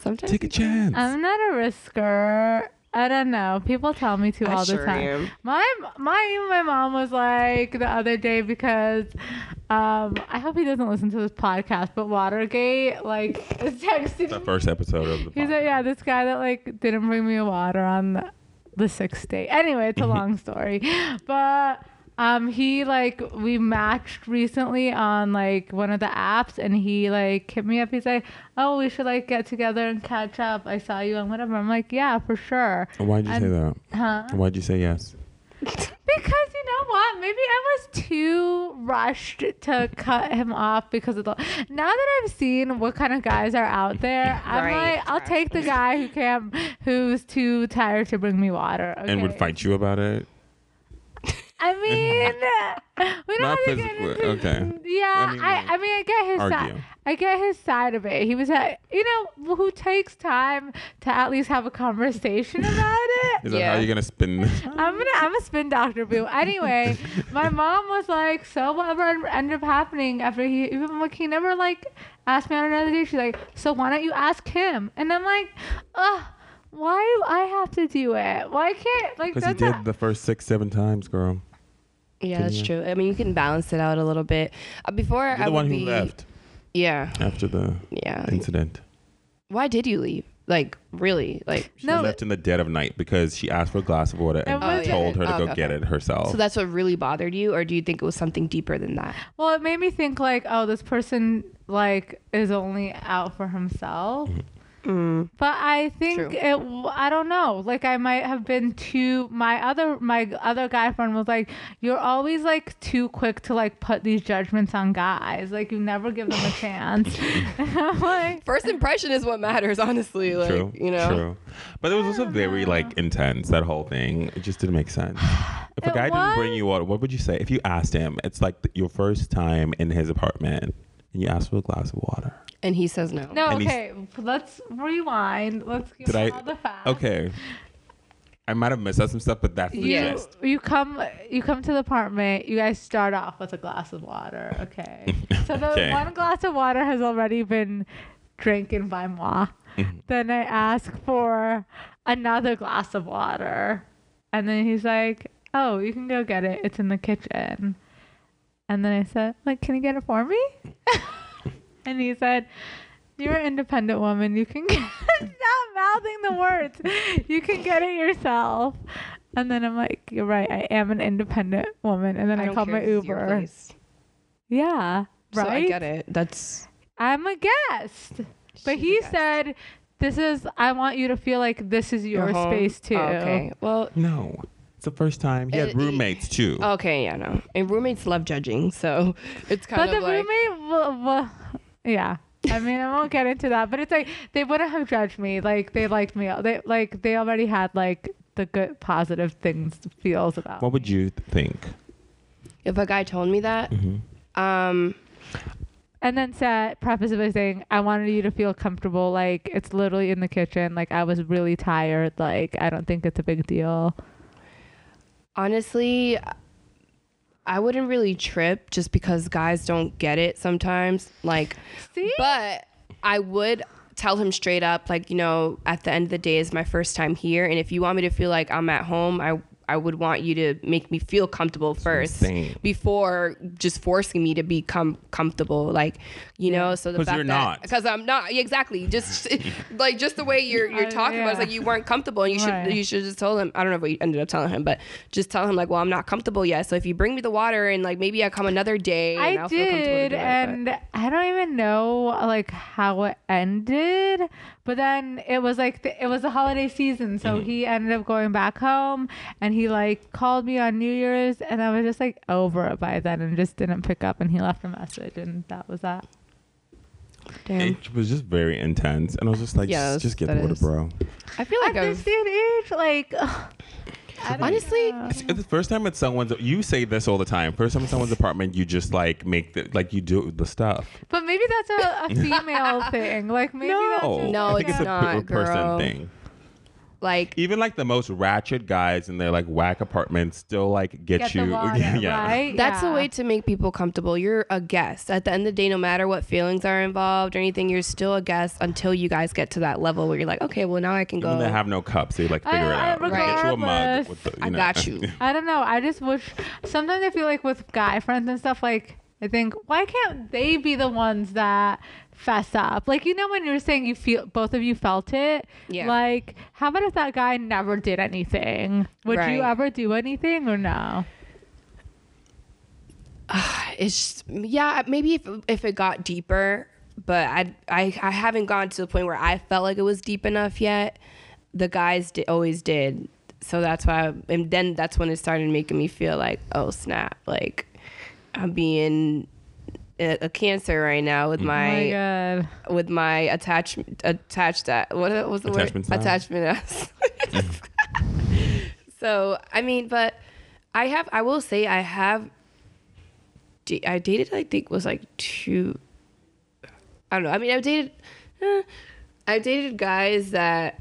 Speaker 3: sometimes
Speaker 1: Take a chance.
Speaker 2: I'm not a risker. I don't know. People tell me to
Speaker 3: I
Speaker 2: all the
Speaker 3: sure
Speaker 2: time.
Speaker 3: am.
Speaker 2: My my even my mom was like the other day because um I hope he doesn't listen to this podcast, but Watergate like is texting
Speaker 1: the first episode of the
Speaker 2: He's like,
Speaker 1: podcast.
Speaker 2: yeah, this guy that like didn't bring me water on the, the sixth day. Anyway, it's a long story, but um, he like we matched recently on like one of the apps, and he like hit me up. He's like, oh, we should like get together and catch up. I saw you and whatever. I'm like, yeah, for sure.
Speaker 1: Why'd you say that?
Speaker 2: Huh?
Speaker 1: Why'd you say yes?
Speaker 2: Because you know what? Maybe I was too rushed to cut him off because of the. Now that I've seen what kind of guys are out there, I'm
Speaker 3: Right,
Speaker 2: like, I'll
Speaker 3: right.
Speaker 2: take the guy who can't, who's too tired to bring me water.
Speaker 1: And would
Speaker 2: okay?
Speaker 1: fight you about it?
Speaker 2: I mean, we don't
Speaker 1: Not
Speaker 2: have to get
Speaker 1: physically,
Speaker 2: into-
Speaker 1: okay.
Speaker 2: Yeah,
Speaker 1: I mean,
Speaker 2: I,
Speaker 1: like,
Speaker 2: I mean, I get his
Speaker 1: argue.
Speaker 2: side. I get his side of it. He was, at, you know, who takes time to at least have a conversation about it.
Speaker 1: Is that how
Speaker 3: Yeah.
Speaker 1: you're gonna spin this?
Speaker 2: I'm gonna I'm a spin doctor boo. Anyway, my mom was like, so whatever en- ended up happening after he even like he never like asked me on another date. She's like, so why don't you ask him? And I'm like, ugh, why do I have to do it? Why can't like
Speaker 1: Because he
Speaker 2: that's
Speaker 1: did
Speaker 2: not-
Speaker 1: the first six, seven times, girl.
Speaker 3: Yeah, that's true. I mean, you can balance it out a little bit. Uh, before
Speaker 1: You're
Speaker 3: I
Speaker 1: the
Speaker 3: would
Speaker 1: one who
Speaker 3: be,
Speaker 1: left
Speaker 3: Yeah,
Speaker 1: after the
Speaker 3: yeah.
Speaker 1: incident.
Speaker 3: Why did you leave? Like really? Like
Speaker 1: She
Speaker 2: No,
Speaker 1: left in the dead of night because she asked for a glass of water and
Speaker 2: It wasn't-
Speaker 1: told her to
Speaker 3: Oh,
Speaker 1: go
Speaker 3: okay.
Speaker 1: get it herself.
Speaker 3: so that's what really bothered you, or do you think it was something deeper than that?
Speaker 2: well, it made me think like, oh, this person like is only out for himself.
Speaker 1: Mm-hmm.
Speaker 2: But I think
Speaker 3: True.
Speaker 2: it. w- I don't know. Like I might have been too. My other my other guy friend was like, "You're always like too quick to like put these judgments on guys. Like you never give them a chance." And I'm like,
Speaker 3: First impression is what matters, honestly. Like
Speaker 1: true.
Speaker 3: you know.
Speaker 1: True. But it was also very like intense, that whole thing. It just didn't make sense. If a
Speaker 2: It
Speaker 1: guy didn't bring
Speaker 2: was-
Speaker 1: you water, what would you say? If you asked him, it's like th- your first time in his apartment and you asked for a glass of water.
Speaker 3: And he says no.
Speaker 2: no,
Speaker 1: And he's-
Speaker 2: okay. Let's rewind. Let's give
Speaker 1: Did I-
Speaker 2: all the facts.
Speaker 1: Okay. I might have missed out some stuff, but that's the
Speaker 3: Yeah.
Speaker 2: You,
Speaker 1: gist.
Speaker 2: you come you come to the apartment. You guys start off with a glass of water, okay? So the
Speaker 1: Okay.
Speaker 2: one glass of water has already been drinking by moi. then I ask for another glass of water, and then he's like, "Oh, you can go get it. It's in the kitchen." And then I said, "Like, can you get it for me?" and he said. You're an independent woman. You can get, stop mouthing the words. You can get it yourself. And then I'm like, you're right. I am an independent woman. And then I,
Speaker 3: don't
Speaker 2: called
Speaker 3: care
Speaker 2: my
Speaker 3: if this is your
Speaker 2: Uber.
Speaker 3: place.
Speaker 2: Yeah. Right.
Speaker 3: So I get it. That's
Speaker 2: I'm a guest. But
Speaker 3: She's a
Speaker 2: he
Speaker 3: guest.
Speaker 2: said, this is, I want you to feel like this is your
Speaker 3: your home.
Speaker 2: space too.
Speaker 3: Oh, okay. Well,
Speaker 1: No, it's the first time. He had
Speaker 3: Uh, y-
Speaker 1: roommates too.
Speaker 2: Oh.
Speaker 3: okay, yeah, no. And roommates love judging, so it's kind
Speaker 2: but the
Speaker 3: of like
Speaker 2: roommate, w- w- yeah. I mean, I won't get into that, but it's like they wouldn't have judged me. Like they liked me. They like they already had like the good positive things feels about.
Speaker 1: What
Speaker 2: me.
Speaker 1: would you th- think?
Speaker 3: if a guy told me that, um,
Speaker 2: And then said preface it by saying, "I wanted you to feel comfortable. Like it's literally in the kitchen. Like I was really tired. Like I don't think it's a big deal.
Speaker 3: honestly I wouldn't really trip just because guys don't get it sometimes. Like
Speaker 2: See,
Speaker 3: But I would tell him straight up, like, you know, at the end of the day is my first time here. And if you want me to feel like I'm at home, I I would want you to make me feel comfortable first
Speaker 1: insane.
Speaker 3: before just forcing me to become comfortable. Like, you know, so the
Speaker 1: 'Cause
Speaker 3: fact
Speaker 1: you're
Speaker 3: that
Speaker 1: not.
Speaker 3: because I'm not yeah, exactly just like just the way you're you're
Speaker 2: Uh,
Speaker 3: talking about it's
Speaker 2: yeah.
Speaker 3: like you weren't comfortable and you should
Speaker 2: Right.
Speaker 3: you should just tell him I don't know what you ended up telling him, but just tell him like, well, I'm not comfortable yet. So if you bring me the water and like maybe I come another day, and
Speaker 2: I
Speaker 3: I'll feel comfortable to
Speaker 2: did,
Speaker 3: do it, but-
Speaker 2: and I don't even know like how it ended. But then it was like the, it was the holiday season,
Speaker 3: Mm-hmm.
Speaker 2: so he ended up going back home, and he like called me on New Year's, and I was just like over it by then, and just didn't pick up, and he left a message, and that was that.
Speaker 3: Damn.
Speaker 1: It was just very intense, and I was just like,
Speaker 3: Yeah,
Speaker 1: just, just get
Speaker 3: that
Speaker 1: over it,
Speaker 3: is.
Speaker 1: bro.
Speaker 3: I feel like
Speaker 2: At
Speaker 3: I've
Speaker 2: this day and age, like
Speaker 3: Honestly,
Speaker 1: It's, it's the first time at someone's. You say this all the time. First time at someone's apartment, you just like make the like you do the stuff.
Speaker 2: But maybe that's a, a female thing. Like maybe
Speaker 1: No,
Speaker 2: that's a,
Speaker 3: No,
Speaker 1: Oh, I think
Speaker 3: it's
Speaker 1: it's, a
Speaker 3: not,
Speaker 1: per- person
Speaker 3: girl.
Speaker 1: thing.
Speaker 3: like
Speaker 1: Even like the most ratchet guys in their like whack apartments still like get,
Speaker 2: get
Speaker 1: you.
Speaker 2: the water, right?
Speaker 3: that's
Speaker 2: Yeah.
Speaker 3: a way to make people comfortable. You're a guest. At the end of the day, no matter what feelings are involved or anything, you're still a guest until you guys get to that level where you're like, okay, well now I can go.
Speaker 1: When they have no cups, they like
Speaker 2: I-
Speaker 1: figure it
Speaker 2: I-
Speaker 1: out. Like, Get you a mug.
Speaker 2: regardless,
Speaker 1: With the, you
Speaker 3: I
Speaker 1: know.
Speaker 3: got you.
Speaker 2: I don't know. I just wish sometimes I feel like with guy friends and stuff, like I think why can't they be the ones that fess up? Like you know when you were saying you feel both of you felt it.
Speaker 3: Yeah.
Speaker 2: Like how about if that guy never did anything? Would you
Speaker 3: Right.
Speaker 2: ever do anything or no?
Speaker 3: it's just- yeah, maybe if if it got deeper, but I I I haven't gone to the point where I felt like it was deep enough yet. The guys di- always did, so that's why. and then that's when it started making me feel like, oh snap, like I'm being a, a cancer right now with
Speaker 2: Oh my
Speaker 3: my
Speaker 2: god.
Speaker 3: with my attachment attached that what was the
Speaker 1: Attachment style?
Speaker 3: word attachment ass. so I mean, but I have I will say I have da- I dated I think was like two. I don't know. I mean, I've dated eh, I've dated guys that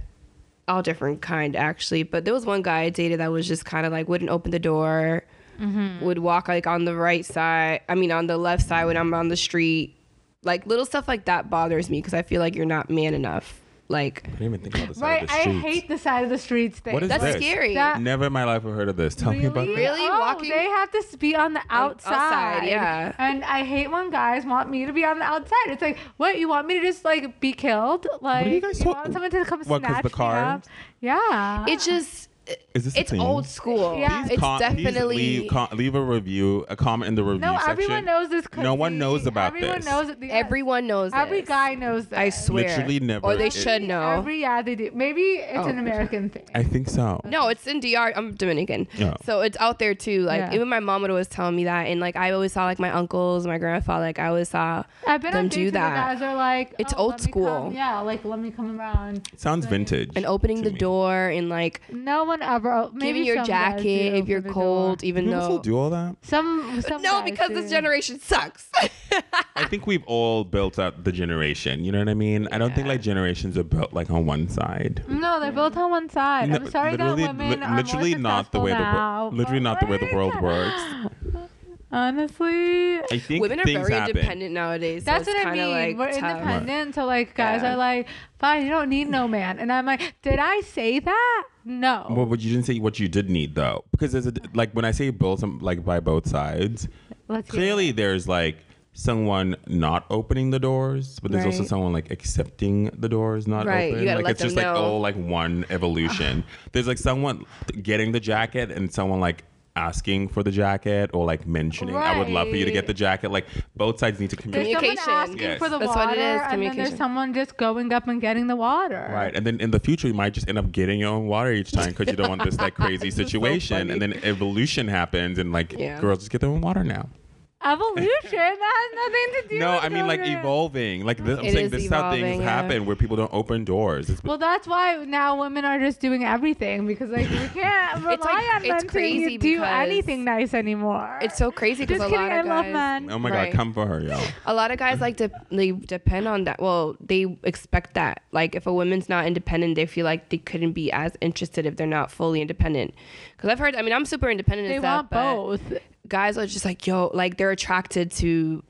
Speaker 3: all different kind actually, but there was one guy I dated that was just kind of like wouldn't open the door.
Speaker 2: Mm-hmm.
Speaker 3: Would walk like on the right side. I mean, on the left side when I'm on the street like little stuff like that bothers me because I feel like you're not man enough. Like
Speaker 1: I didn't even think about this.
Speaker 2: Right.
Speaker 1: the
Speaker 2: I
Speaker 1: streets.
Speaker 2: hate the side of the streets thing.
Speaker 1: What is
Speaker 3: that's
Speaker 1: this?
Speaker 3: scary.
Speaker 2: That-
Speaker 1: Never in my life have heard of this. Tell me about this.
Speaker 3: Really?
Speaker 2: Oh,
Speaker 3: Walking-
Speaker 2: They have to s- be on the outside.
Speaker 3: outside, yeah.
Speaker 2: And I hate when guys want me to be on the outside. It's like, what? You want me to just like be killed? Like,
Speaker 1: do you guys talk-
Speaker 2: want someone to come
Speaker 1: What, 'cause
Speaker 2: snatch
Speaker 1: the
Speaker 2: me
Speaker 1: car?
Speaker 2: up? Yeah.
Speaker 3: it just
Speaker 1: Is this a
Speaker 3: it's
Speaker 1: thing?
Speaker 3: old school.
Speaker 2: Yeah. Please
Speaker 3: it's
Speaker 1: Com- please
Speaker 3: definitely
Speaker 1: leave, com- leave a review, a comment in the review
Speaker 2: no,
Speaker 1: section.
Speaker 2: everyone knows this. Cookie.
Speaker 1: No one knows about
Speaker 2: everyone
Speaker 1: this.
Speaker 2: Knows it. Yes.
Speaker 3: everyone knows.
Speaker 2: Every
Speaker 3: this.
Speaker 2: guy knows this.
Speaker 3: I swear.
Speaker 1: Literally never-
Speaker 3: Or they
Speaker 1: It-
Speaker 3: should know.
Speaker 2: Every yeah, they do. Maybe it's
Speaker 3: Oh.
Speaker 2: an American thing.
Speaker 1: I think so.
Speaker 3: no, it's in DR. I'm Dominican,
Speaker 1: Yeah.
Speaker 3: so it's out there too. Like
Speaker 2: Yeah.
Speaker 3: even my mom would always tell me that, and like I always saw like my uncles, my grandpa. Like I always saw
Speaker 2: I've been
Speaker 3: them
Speaker 2: on
Speaker 3: do
Speaker 2: dates and the
Speaker 3: that.
Speaker 2: Guys are like,
Speaker 3: It's
Speaker 2: "Oh,
Speaker 3: old
Speaker 2: let me
Speaker 3: school.
Speaker 2: come- Yeah, like let me come around.
Speaker 1: Sounds vintage.
Speaker 3: and opening
Speaker 1: to
Speaker 3: the
Speaker 1: me.
Speaker 3: door and like
Speaker 2: No one ever. oh, Maybe
Speaker 3: giving your
Speaker 2: some guys
Speaker 3: jacket
Speaker 2: do
Speaker 3: if you're
Speaker 2: open the
Speaker 3: cold,
Speaker 2: door.
Speaker 3: even
Speaker 1: Do people
Speaker 3: though
Speaker 1: still do all that?
Speaker 2: Some, some
Speaker 3: no,
Speaker 2: guys
Speaker 3: because
Speaker 2: do.
Speaker 3: this generation sucks.
Speaker 1: I think we've all built up the generation. You know what I mean? I don't think like generations are built like on one side.
Speaker 2: No, they're built on one side. I'm
Speaker 1: No,
Speaker 2: sorry that
Speaker 1: literally-
Speaker 2: women
Speaker 1: li-
Speaker 2: are
Speaker 1: literally
Speaker 2: more
Speaker 1: not the way the
Speaker 2: successful
Speaker 1: wor-
Speaker 2: now,
Speaker 1: literally
Speaker 2: but
Speaker 1: not the way the world
Speaker 2: like,
Speaker 1: works.
Speaker 2: Honestly,
Speaker 1: I think
Speaker 3: Women are
Speaker 1: things
Speaker 3: very
Speaker 1: happen.
Speaker 3: independent nowadays.
Speaker 2: that's
Speaker 3: so
Speaker 2: what
Speaker 3: it's
Speaker 2: I
Speaker 3: kinda, Like,
Speaker 2: mean. We're
Speaker 3: tough.
Speaker 2: independent, so like guys
Speaker 3: Yeah.
Speaker 2: are like, fine, you don't need no man. And I'm like, did I say that? No.
Speaker 1: Well, but you didn't say what you did need though, because there's a like when I say built some like by both sides,
Speaker 2: Let's hear it.
Speaker 1: clearly there's like someone not opening the doors, but there's also
Speaker 3: Right.
Speaker 1: someone like accepting the doors not
Speaker 3: Right, you
Speaker 1: open.
Speaker 3: gotta
Speaker 1: like
Speaker 3: let
Speaker 1: it's just
Speaker 3: them
Speaker 1: like
Speaker 3: know.
Speaker 1: all like one evolution. there's like someone getting the jacket and someone like asking for the jacket or like mentioning I would love for you to get
Speaker 2: Right.
Speaker 1: the jacket. Like both sides need to communicate.
Speaker 2: There's someone
Speaker 3: Communication.
Speaker 2: asking
Speaker 1: Yes.
Speaker 2: for the
Speaker 3: That's
Speaker 2: water,
Speaker 3: what it is,
Speaker 2: and then there's
Speaker 3: communication.
Speaker 2: someone just going up and getting the water.
Speaker 1: Right, and then in the future you might just end up getting your own water each time because you don't want this like crazy
Speaker 3: so
Speaker 1: situation. and then evolution happens, and like
Speaker 3: Yeah.
Speaker 1: girls just get their own water now.
Speaker 2: Evolution that has nothing to do.
Speaker 1: No,
Speaker 2: with
Speaker 1: I mean like
Speaker 2: children.
Speaker 1: evolving. Like this, I'm
Speaker 3: It
Speaker 1: saying,
Speaker 3: is
Speaker 1: this is how things
Speaker 3: evolving, yeah.
Speaker 1: happen where people don't open doors. It's,
Speaker 2: Well, that's why now women are just doing everything because like we can't rely
Speaker 3: It's like-
Speaker 2: on
Speaker 3: it's
Speaker 2: men to
Speaker 3: crazy
Speaker 2: do
Speaker 3: because
Speaker 2: anything nice anymore.
Speaker 3: It's so crazy because
Speaker 2: just
Speaker 3: a
Speaker 2: kidding.
Speaker 3: lot
Speaker 2: I
Speaker 3: of
Speaker 2: love
Speaker 3: guys,
Speaker 2: men.
Speaker 1: oh my
Speaker 3: Right.
Speaker 1: god, come for her, y'all.
Speaker 3: a lot of guys like to they depend on that. Well, they expect that. Like if a woman's not independent, they feel like they couldn't be as interested if they're not fully independent. Because I've heard. I mean, I'm super independent.
Speaker 2: They
Speaker 3: and stuff,
Speaker 2: want
Speaker 3: but
Speaker 2: both.
Speaker 3: Guys are just like yo, like they're attracted to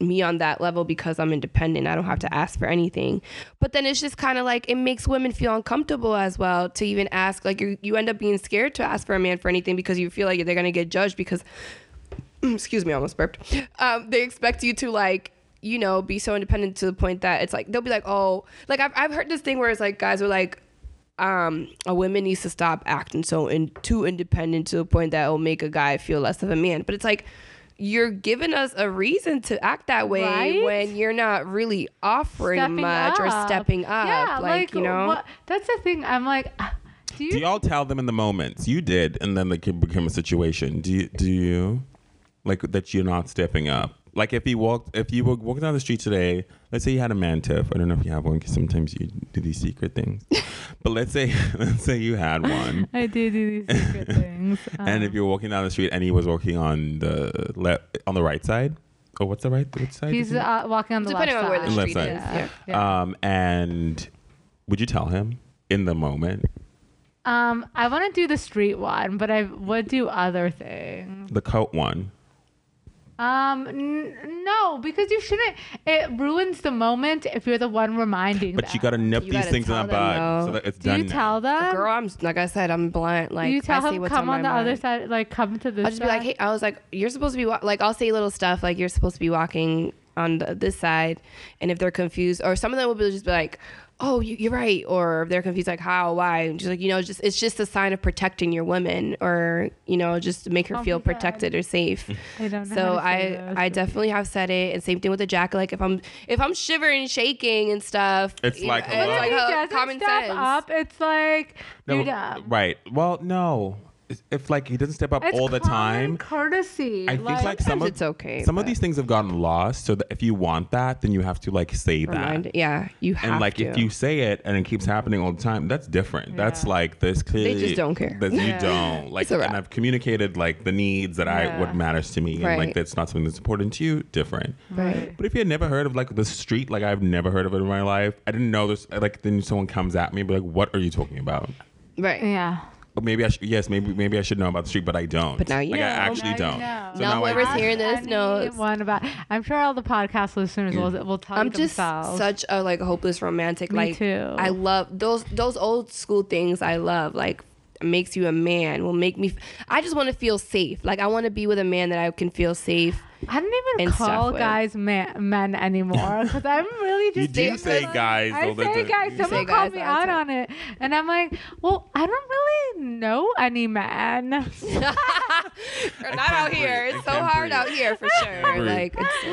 Speaker 3: me on that level because I'm independent. I don't have to ask for anything. But then it's just kind of like it makes women feel uncomfortable as well to even ask. Like you, you end up being scared to ask for a man for anything because you feel like they're gonna get judged because, excuse me, I almost burped. Um, they expect you to like you know be so independent to the point that it's like they'll be like oh like I've I've heard this thing where it's like guys are like. Um, a woman needs to stop acting so in, too independent to the point that will make a guy feel less of a man. But it's like you're giving us a reason to act that way
Speaker 2: Right?
Speaker 3: when you're not really offering
Speaker 2: Stepping
Speaker 3: much or
Speaker 2: up.
Speaker 3: stepping up.
Speaker 2: Yeah,
Speaker 3: like, you know,
Speaker 2: what- that's the thing. I'm like, ah, do you
Speaker 1: Do y'all tell them in the moments? You did, and then like it became a situation. Do you do you like that you're not stepping up? Like if he walked, if you were walking down the street today, let's say you had a man tiff. I don't know if you have one because sometimes you do these secret things. but let's say let's say you had one,
Speaker 2: I do do these secret things. um,
Speaker 1: and
Speaker 2: Uh-huh.
Speaker 1: if you're walking down the street and he was walking on the left, on the right side, or what's the right which side?
Speaker 2: He's
Speaker 1: is it?
Speaker 2: uh, walking on the
Speaker 3: depending
Speaker 2: left
Speaker 3: on where the
Speaker 2: side.
Speaker 1: Left
Speaker 3: street
Speaker 1: side.
Speaker 3: is. Yeah.
Speaker 1: Um, and would you tell him in the moment
Speaker 2: Um, I want to do the street one, but I would do other things.
Speaker 1: the coat one?
Speaker 2: Um, n- no, because you shouldn't. It ruins the moment if you're the one reminding.
Speaker 1: But
Speaker 2: them.
Speaker 1: you gotta nip
Speaker 3: You
Speaker 1: these
Speaker 3: gotta
Speaker 1: things in
Speaker 3: tell
Speaker 1: the
Speaker 3: them,
Speaker 1: bud
Speaker 3: though.
Speaker 1: so that it's
Speaker 2: Do
Speaker 1: done.
Speaker 2: you tell them?
Speaker 3: Girl, I'm like I said, I'm blunt. Like,
Speaker 2: do you tell
Speaker 3: I see
Speaker 2: him
Speaker 3: what's
Speaker 2: come
Speaker 3: on,
Speaker 2: on, the
Speaker 3: my
Speaker 2: other
Speaker 3: mind.
Speaker 2: side? Like come to this.
Speaker 3: I'll just be like, hey,
Speaker 2: side?
Speaker 3: I was like, you're supposed to be wa-, like, I'll say little stuff like you're supposed to be walking on the, this side, and if they're confused, or some of them will be just be like, oh, you, you're right, or if they're confused, like how, why, and just like you know, just it's just a sign of protecting your woman, or you know, just to make her
Speaker 2: Oh
Speaker 3: feel
Speaker 2: my God.
Speaker 3: protected or safe.
Speaker 2: I don't know.
Speaker 3: so
Speaker 2: how to say
Speaker 3: I
Speaker 2: this.
Speaker 3: I definitely have said it, and same thing with the jacket. Like if I'm if I'm shivering, shaking, and stuff,
Speaker 1: It's
Speaker 3: you
Speaker 1: like,
Speaker 3: know,
Speaker 1: hello?
Speaker 2: But
Speaker 3: it's
Speaker 2: if
Speaker 1: Like,
Speaker 2: he
Speaker 3: uh,
Speaker 2: doesn't step up, it's like
Speaker 1: No,
Speaker 2: you're dumb.
Speaker 1: Right. Well, no. If- If like he doesn't step up
Speaker 2: um, It's
Speaker 1: all the
Speaker 2: common
Speaker 1: time,
Speaker 2: courtesy.
Speaker 1: I think like, some
Speaker 3: Sometimes
Speaker 1: of
Speaker 3: it's okay,
Speaker 1: Some of
Speaker 3: but-
Speaker 1: these things have gotten lost, so that if you want that, then you have to like say
Speaker 3: Remind,
Speaker 1: that.
Speaker 3: yeah, you have
Speaker 1: And like
Speaker 3: to.
Speaker 1: if you say it and it keeps happening all the time, that's different. That's
Speaker 2: Yeah.
Speaker 1: like this clearly.
Speaker 3: don't care.
Speaker 1: That you
Speaker 2: Yeah.
Speaker 1: don't like,
Speaker 3: It's a
Speaker 1: and
Speaker 3: wrap.
Speaker 1: I've communicated like the needs that I
Speaker 2: Yeah.
Speaker 1: what matters to me, and like
Speaker 3: Right.
Speaker 1: that's not something that's important to you. Different.
Speaker 2: Mm-hmm.
Speaker 3: right.
Speaker 1: But if you had never heard of like the street, like I've never heard of it in my life. I didn't know this. Like then someone comes at me, and be like, "What are you talking about?"
Speaker 3: Right.
Speaker 2: Yeah.
Speaker 1: But maybe I should. Yes, maybe maybe I should know about the street, but I don't.
Speaker 3: But now you
Speaker 1: like, I
Speaker 3: know.
Speaker 1: actually
Speaker 2: Now you
Speaker 1: don't.
Speaker 2: know.
Speaker 3: Now
Speaker 1: I
Speaker 3: whoever's
Speaker 1: do.
Speaker 3: hearing this
Speaker 2: Ask
Speaker 3: knows.
Speaker 2: anyone about. I'm sure all the podcast listeners will, will tell
Speaker 3: I'm
Speaker 2: you
Speaker 3: just
Speaker 2: themselves.
Speaker 3: such a like hopeless romantic.
Speaker 2: Me
Speaker 3: like
Speaker 2: too.
Speaker 3: I love those those old school things. I love like makes you a man. Will make me. f- I just want to feel safe. Like I want to be with a man that I can feel safe.
Speaker 2: I don't even
Speaker 3: and stuff
Speaker 2: call
Speaker 3: with.
Speaker 2: guys ma- men anymore because I'm really
Speaker 1: You
Speaker 2: just.
Speaker 1: do say guys.
Speaker 2: I
Speaker 1: all the
Speaker 2: say
Speaker 1: time.
Speaker 2: guys.
Speaker 3: say
Speaker 2: Someone
Speaker 3: guys
Speaker 2: called me
Speaker 3: all the
Speaker 2: out
Speaker 3: time.
Speaker 2: on it, and I'm like, well, I don't really know any men.
Speaker 3: We're
Speaker 1: I
Speaker 3: not
Speaker 1: can't
Speaker 3: out here.
Speaker 1: breathe. I
Speaker 3: It's so
Speaker 1: can't
Speaker 3: hard
Speaker 1: breathe.
Speaker 3: out here for sure.
Speaker 1: breathe.
Speaker 3: Like it's,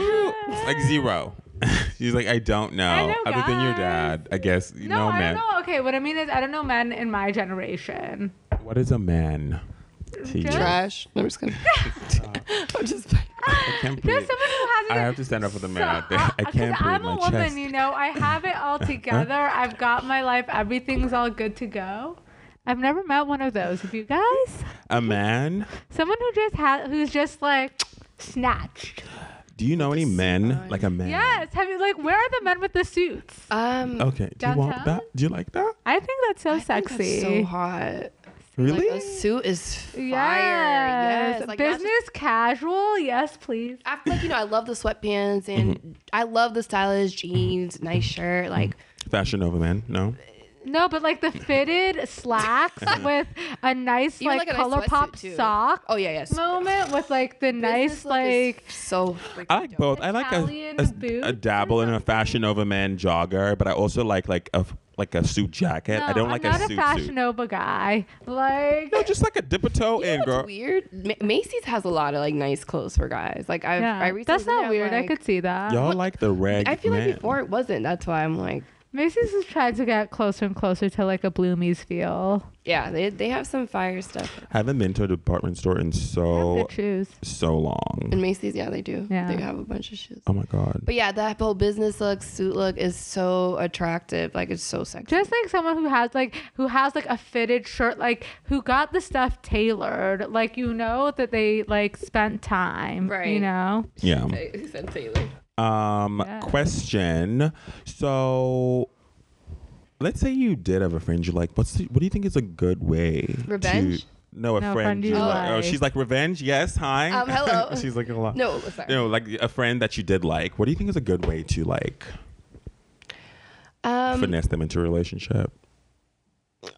Speaker 1: It's like zero. She's like, I don't know.
Speaker 2: know
Speaker 1: Other than your
Speaker 2: guys.
Speaker 1: dad, I guess.
Speaker 2: No,
Speaker 1: no
Speaker 2: I
Speaker 1: man.
Speaker 2: don't know. Okay, what I mean is I don't know men in my generation.
Speaker 1: What is a man? To you?
Speaker 2: Just-
Speaker 1: I
Speaker 3: trash. I'm just kidding. I'm just.
Speaker 1: can't
Speaker 2: There's
Speaker 1: breathe.
Speaker 2: someone who hasn't.
Speaker 1: I have to stand up for the man
Speaker 2: So,
Speaker 1: out there.
Speaker 2: uh,
Speaker 1: I
Speaker 2: 'cause
Speaker 1: can't breathe.
Speaker 2: I'm
Speaker 1: my
Speaker 2: a woman,
Speaker 1: chest.
Speaker 2: you know. I have it all together. I've got my life. Everything's all good to go. I've never met one of those. Have you guys?
Speaker 1: A man.
Speaker 2: Someone who just ha who's just like snatched.
Speaker 1: Do you know any men like a man?
Speaker 2: Yes. Have you like? Where are the men with the suits?
Speaker 3: Um,
Speaker 1: Okay. Do you want
Speaker 2: Downtown?
Speaker 1: that? Do you like that?
Speaker 2: I think that's so
Speaker 3: I think
Speaker 2: sexy.
Speaker 3: that's so hot.
Speaker 1: Really?
Speaker 3: Like, a suit is fire.
Speaker 2: Yes.
Speaker 3: Yes. Like, not just-
Speaker 2: Business casual. Yes, please.
Speaker 3: I feel like you know I love the sweatpants
Speaker 1: Mm-hmm.
Speaker 3: and I love the stylish jeans, nice shirt. Like
Speaker 1: Fashion Nova man. No.
Speaker 2: No, but like the fitted slacks with a nice
Speaker 3: Even,
Speaker 2: like,
Speaker 3: a nice
Speaker 2: color
Speaker 3: sweatsuit,
Speaker 2: pop
Speaker 3: too.
Speaker 2: sock
Speaker 3: Oh yeah, yes.
Speaker 2: moment with like the nice
Speaker 3: Business look is
Speaker 2: like
Speaker 3: so. freaking
Speaker 1: I like
Speaker 3: dope.
Speaker 1: both. I like a,
Speaker 2: Italian
Speaker 1: a,
Speaker 2: boots
Speaker 1: a
Speaker 2: and
Speaker 1: dabble in a fashion over man jogger, but I also like like a like a suit jacket. I
Speaker 2: No,
Speaker 1: don't
Speaker 2: I'm
Speaker 1: like
Speaker 2: not
Speaker 1: a
Speaker 2: a
Speaker 1: suit
Speaker 2: fashion
Speaker 1: suit.
Speaker 2: over guy. Like
Speaker 1: No, just like a dip a toe
Speaker 3: You know
Speaker 1: in,
Speaker 3: what's
Speaker 1: girl.
Speaker 3: Oh, Weird. Ma- Macy's has a lot of like nice clothes for guys. Like I've,
Speaker 2: yeah,
Speaker 3: I recently
Speaker 2: that's not
Speaker 3: have,
Speaker 2: weird. I
Speaker 3: like-
Speaker 2: could see that.
Speaker 1: Y'all like the reg
Speaker 3: I feel
Speaker 1: man.
Speaker 3: like before it wasn't. That's why I'm like,
Speaker 2: Macy's has tried to get closer and closer to like a Bloomies feel.
Speaker 3: yeah, they they have some fire stuff.
Speaker 1: haven't been to a department store in so
Speaker 2: Good shoes.
Speaker 1: so long.
Speaker 3: And Macy's, yeah, they do.
Speaker 2: Yeah.
Speaker 3: They have a bunch of shoes.
Speaker 1: Oh my god.
Speaker 3: But yeah, that whole business look, suit look is so attractive. Like it's so sexy.
Speaker 2: Just like someone who has like who has like a fitted shirt, like who got the stuff tailored, like you know that they like spent time, You
Speaker 3: Right.
Speaker 2: know,
Speaker 1: Yeah.
Speaker 3: He said Taylor.
Speaker 1: Um
Speaker 2: Yeah.
Speaker 1: question. So let's say you did have a friend you like. What's the, what do you think is a good way? to-
Speaker 3: Revenge?
Speaker 1: no, a
Speaker 2: No,
Speaker 1: friend you like. Oh,
Speaker 2: like.
Speaker 1: she's like revenge. Yes, hi.
Speaker 3: Um, hello.
Speaker 1: she's like a lot.
Speaker 3: No, sorry.
Speaker 1: you know, like a friend that you did like, what do you think is a good way to like
Speaker 3: Um,
Speaker 1: finesse them into a relationship?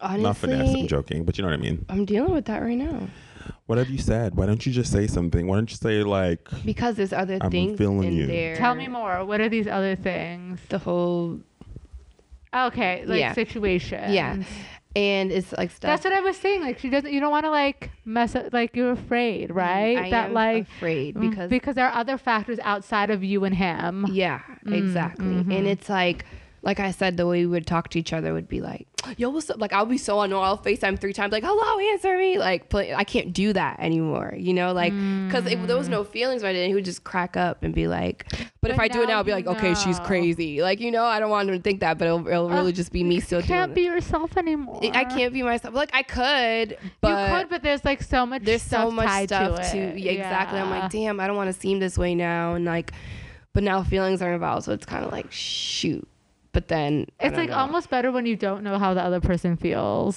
Speaker 1: Not finesse, I'm
Speaker 3: honestly,
Speaker 1: joking, but you know what I mean.
Speaker 3: I'm dealing with that right now
Speaker 1: What have you said? Why don't you just say something? Why don't you say like
Speaker 3: because there's other
Speaker 1: I'm
Speaker 3: things
Speaker 1: feeling
Speaker 3: in
Speaker 1: you.
Speaker 3: there.
Speaker 2: tell me more. What are these other things?
Speaker 3: the whole
Speaker 2: Okay, like
Speaker 3: Yeah.
Speaker 2: situation.
Speaker 3: yeah, and it's like stuff.
Speaker 2: That's what I was saying. Like she doesn't. You don't want to like mess up. Like you're afraid, right?
Speaker 3: Mm, I
Speaker 2: that
Speaker 3: am
Speaker 2: like
Speaker 3: afraid
Speaker 2: mm,
Speaker 3: because
Speaker 2: because there are other factors outside of Mm-hmm. you and him.
Speaker 3: Yeah, exactly. And it's like, like I said, the way we would talk to each other would be like, "Yo, what's up?" Like I'll be so annoyed. I'll Facetime three times, like, "Hello, answer me!" Like, but I can't do that anymore. You know, like, because there was no feelings right then. He would just crack up and be like, "But, if
Speaker 2: Mm. But
Speaker 3: I do it
Speaker 2: now
Speaker 3: now, I'll be
Speaker 2: you
Speaker 3: like, okay, she's
Speaker 2: know."
Speaker 3: crazy." Like, you know, I don't want him to think that, but it'll, it'll really
Speaker 2: Ugh,
Speaker 3: just be me still
Speaker 2: You can't be
Speaker 3: doing.
Speaker 2: yourself anymore.
Speaker 3: it. I can't be myself. Like I could, but.
Speaker 2: you could, but there's like so much.
Speaker 3: there's so
Speaker 2: stuff
Speaker 3: much
Speaker 2: tied
Speaker 3: stuff
Speaker 2: to,
Speaker 3: to,
Speaker 2: it.
Speaker 3: yeah, exactly i'm
Speaker 2: Yeah.
Speaker 3: like damn i don't want to seem this way now and like but now feelings are involved so it's kind of like shoot but then I
Speaker 2: It's
Speaker 3: don't
Speaker 2: like
Speaker 3: know.
Speaker 2: almost better when you don't know how the other person feels,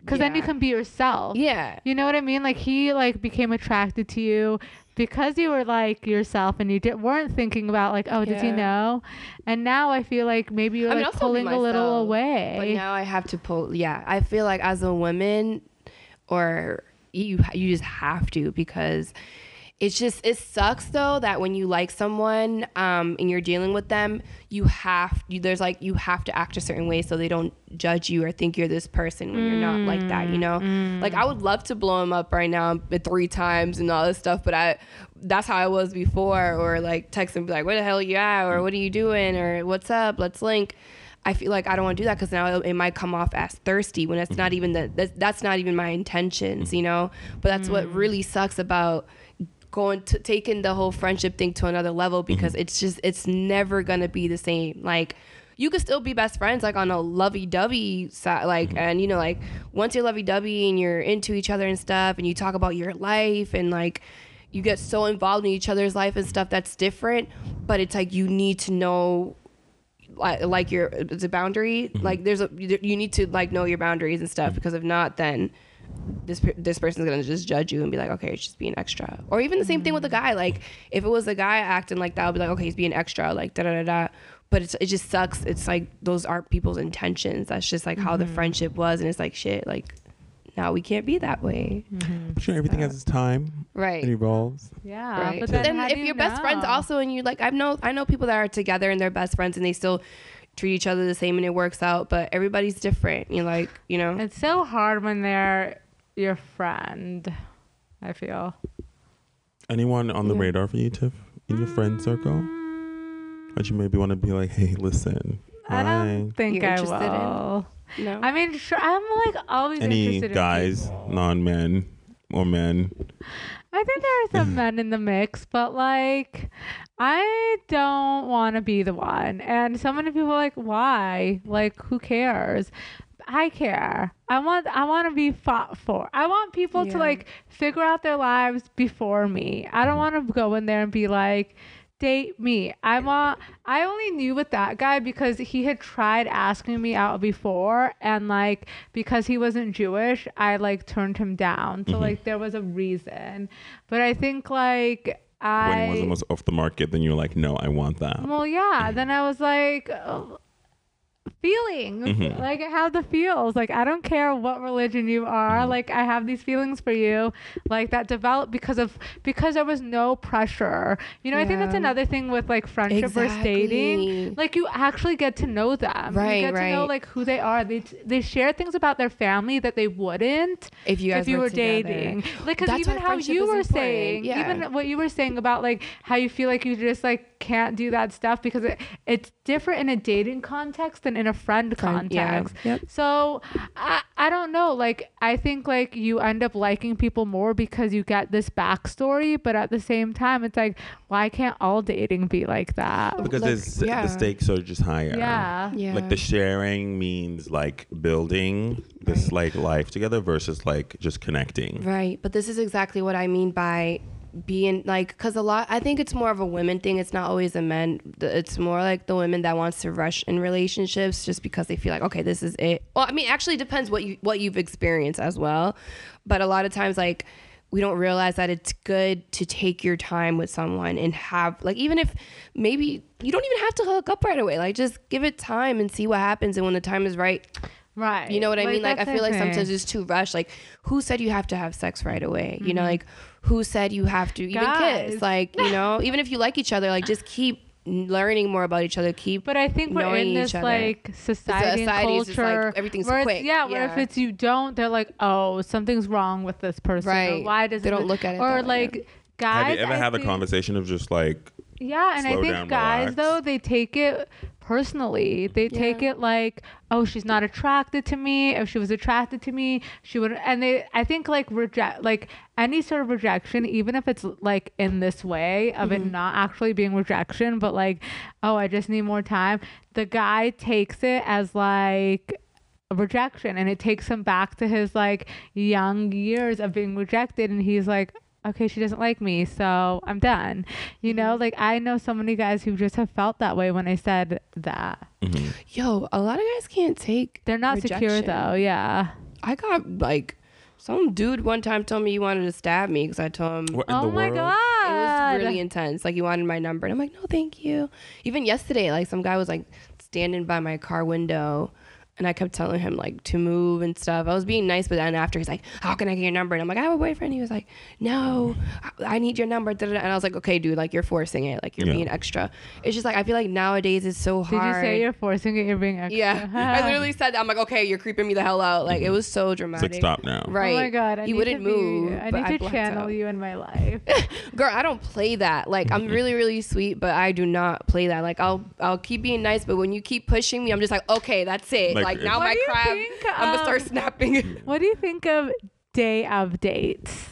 Speaker 2: because then you
Speaker 3: Yeah.
Speaker 2: can be yourself.
Speaker 3: yeah
Speaker 2: You know what I mean? Like he like became attracted to you because you were like yourself and you did, weren't thinking about like, oh, does he
Speaker 3: Yeah.
Speaker 2: know? And now I feel like maybe you're
Speaker 3: I mean, I'll
Speaker 2: like
Speaker 3: still be
Speaker 2: pulling a little
Speaker 3: myself,
Speaker 2: away.
Speaker 3: but now i have to pull yeah i feel like as a woman or you you just have to because it's just it sucks though that when you like someone um, and you're dealing with them you have you, there's like you have to act a certain way so they don't judge you or think you're this person when you're not like that you know like i would love to blow him up right now but three times and all this stuff but i that's how i was before or like text him be like where the hell you at or what are you doing or what's up let's link I feel like I don't want to do that because now it might come off as thirsty when it's not even the that's, that's not even my intentions, you know. But that's what really sucks about going to taking the whole friendship thing to another level because it's just it's never gonna be the same. Like you could still be best friends like on a lovey-dovey side like and you know like once you're lovey-dovey and you're into each other and stuff and you talk about your life and like you get so involved in each other's life and stuff that's different but it's like you need to know like, like your it's a boundary like there's a you you need to like know your boundaries and stuff because if not then this per- this person's gonna just judge you and be like okay it's just being extra or even the same thing with a guy like if it was a guy acting like that i'd be like okay he's being extra like da da da da but it's, it just sucks it's like those aren't people's intentions that's just like how the friendship was and it's like shit like now we can't be that way
Speaker 1: But you know, everything has its time.
Speaker 3: Right.
Speaker 1: It evolves.
Speaker 2: yeah,
Speaker 3: right?
Speaker 2: Uh, but then, how
Speaker 3: if
Speaker 2: do
Speaker 3: your
Speaker 2: you
Speaker 3: best friends
Speaker 2: know?
Speaker 3: also and you like, I know I know people that are together and they're best friends and they still treat each other the same and it works out, but everybody's different. You like, you know,
Speaker 2: it's so hard when they're your friend. I feel.
Speaker 1: Anyone on the
Speaker 3: Yeah.
Speaker 1: radar for you, Tiff? In your friend circle? That you maybe want to be like, hey, listen.
Speaker 2: I
Speaker 1: hi.
Speaker 2: don't think
Speaker 3: You're
Speaker 2: I
Speaker 3: interested in?
Speaker 2: will.
Speaker 3: no.
Speaker 2: I mean, sure, I'm like always
Speaker 1: Any
Speaker 2: interested in
Speaker 1: guys, non men or men.
Speaker 2: I think there are some men in the mix, but like, I don't want to be the one. And so many people are like, why? Like, who cares? I care. I want. I want to be fought for. I want people to
Speaker 3: Yeah.
Speaker 2: like figure out their lives before me. I
Speaker 1: Mm-hmm.
Speaker 2: don't want to go in there and be like, date me. I want. I only knew with that guy because he had tried asking me out before, and like because he wasn't Jewish, I like turned him down.
Speaker 1: Mm-hmm.
Speaker 2: So like there was a reason, but I think like
Speaker 1: when it was
Speaker 2: I.
Speaker 1: almost off the market, then you're like, no, I want that.
Speaker 2: Well, yeah. Then I was like, oh, feelings. Like I have the feels. Like I don't care what religion you are. Like I have these feelings for you. Like that developed because of because there was no pressure. You know, I think that's
Speaker 3: Yeah.
Speaker 2: another thing with like friendship versus dating.
Speaker 3: Exactly.
Speaker 2: Like you actually get to know them.
Speaker 3: Right,
Speaker 2: You get to know
Speaker 3: right.
Speaker 2: like who they are. They they share things about their family that they wouldn't
Speaker 3: If you guys
Speaker 2: if you were,
Speaker 3: were together.
Speaker 2: dating. Like because
Speaker 3: That's
Speaker 2: even
Speaker 3: why
Speaker 2: how
Speaker 3: friendship
Speaker 2: you
Speaker 3: is
Speaker 2: were
Speaker 3: important.
Speaker 2: saying,
Speaker 3: Yeah.
Speaker 2: even what you were saying about like how you feel like you just like can't do that stuff because it, it's different in a dating context than in a friend
Speaker 3: Friend, yeah.
Speaker 2: context.
Speaker 3: Yep.
Speaker 2: So I, I don't know. Like I think like you end up liking people more because you get this backstory, but at the same time, it's like why can't all dating be like that?
Speaker 1: because
Speaker 3: Like,
Speaker 1: there's,
Speaker 3: yeah.
Speaker 1: the stakes are just higher.
Speaker 2: Yeah.
Speaker 3: Yeah.
Speaker 1: Like the sharing means like building this like life together versus like just connecting.
Speaker 3: Right. But this is exactly what I mean by being like, because a lot, I think it's more of a women thing. It's not always a men. The- It's more like the women that wants to rush in relationships just because they feel like, okay, this is it. Well, I mean, actually it depends what you, what you've experienced as well. But a lot of times, like, we don't realize that it's good to take your time with someone and have like even if maybe you don't even have to hook up right away like just give it time and see what happens and when the time is right
Speaker 2: Right.
Speaker 3: you know what I mean? Like I
Speaker 2: that's
Speaker 3: feel like
Speaker 2: the thing.
Speaker 3: sometimes it's too rushed. Like who said you have to have sex right away? You know, like who said you have to even
Speaker 2: Mm-hmm. Guys.
Speaker 3: kiss? Like you know, even if you like each other, like just keep learning more about each other. Keep
Speaker 2: But I think we're
Speaker 3: knowing
Speaker 2: in
Speaker 3: each
Speaker 2: this
Speaker 3: other.
Speaker 2: like society, and
Speaker 3: Society is just, like,
Speaker 2: culture.
Speaker 3: everything's
Speaker 2: where it's-
Speaker 3: quick.
Speaker 2: Yeah, where if
Speaker 3: Yeah.
Speaker 2: it's you don't, they're like, oh, something's wrong with this person. or
Speaker 3: Right.
Speaker 2: why does
Speaker 3: They don't look at it
Speaker 2: Or
Speaker 3: that way,
Speaker 2: like guys.
Speaker 1: Have you ever
Speaker 2: I
Speaker 1: had a
Speaker 2: think-
Speaker 1: conversation of just like
Speaker 2: Yeah, and I
Speaker 1: Slow
Speaker 2: think
Speaker 1: down,
Speaker 2: guys
Speaker 1: relax.
Speaker 2: though they take it personally. They take it like, oh, she's not attracted to me. If she was attracted to me, she would. And they, I think like reject like any sort of rejection, even if it's like in this way of it not actually being rejection, but like, oh, I just need more time. The guy takes it as like a rejection and it takes him back to his like young years of being rejected and he's like okay she doesn't like me so i'm done you
Speaker 3: Mm-hmm.
Speaker 2: know like i know so many guys who just have felt that way when i said that
Speaker 3: yo, a lot of guys can't take.
Speaker 2: they're not secure
Speaker 3: rejection.
Speaker 2: though yeah
Speaker 3: I got like some dude one time told me he wanted to stab me because I told him
Speaker 1: what in
Speaker 2: oh
Speaker 1: the
Speaker 2: my
Speaker 1: world?
Speaker 2: god
Speaker 3: it was really intense. Like he wanted my number, and I'm like, no, thank you. Even yesterday, like some guy was like standing by my car window, and I kept telling him like to move and stuff. I was being nice, but then after he's like, how can I get your number? And I'm like, I have a boyfriend. He was like, no, I I need your number. da, da, da. And I was like, okay, dude, like you're forcing it. Like you're
Speaker 1: Yeah.
Speaker 3: being extra. It's just like I feel like nowadays it's so
Speaker 2: did you
Speaker 3: hard.
Speaker 2: say you're forcing it you're being extra?
Speaker 3: yeah, I literally said that. I'm like, okay, you're creeping me the hell out. Like it was
Speaker 1: Mm-hmm.
Speaker 3: so
Speaker 1: It's
Speaker 3: dramatic.
Speaker 1: like stop now.
Speaker 3: Right.
Speaker 2: oh my god I
Speaker 3: you
Speaker 2: need
Speaker 3: wouldn't
Speaker 2: to be-
Speaker 3: move.
Speaker 2: i
Speaker 3: but
Speaker 2: need to
Speaker 3: blacked
Speaker 2: channel
Speaker 3: out
Speaker 2: you in my life
Speaker 3: girl i don't play that like i'm really really sweet but i do not play that like i'll i'll keep being nice but when you keep pushing me i'm just like okay that's it
Speaker 1: Like,
Speaker 3: like, now
Speaker 2: What
Speaker 3: my
Speaker 2: do you
Speaker 3: crab
Speaker 2: think um,
Speaker 3: i'm gonna start
Speaker 2: of-
Speaker 3: snapping
Speaker 2: what do you think of day of dates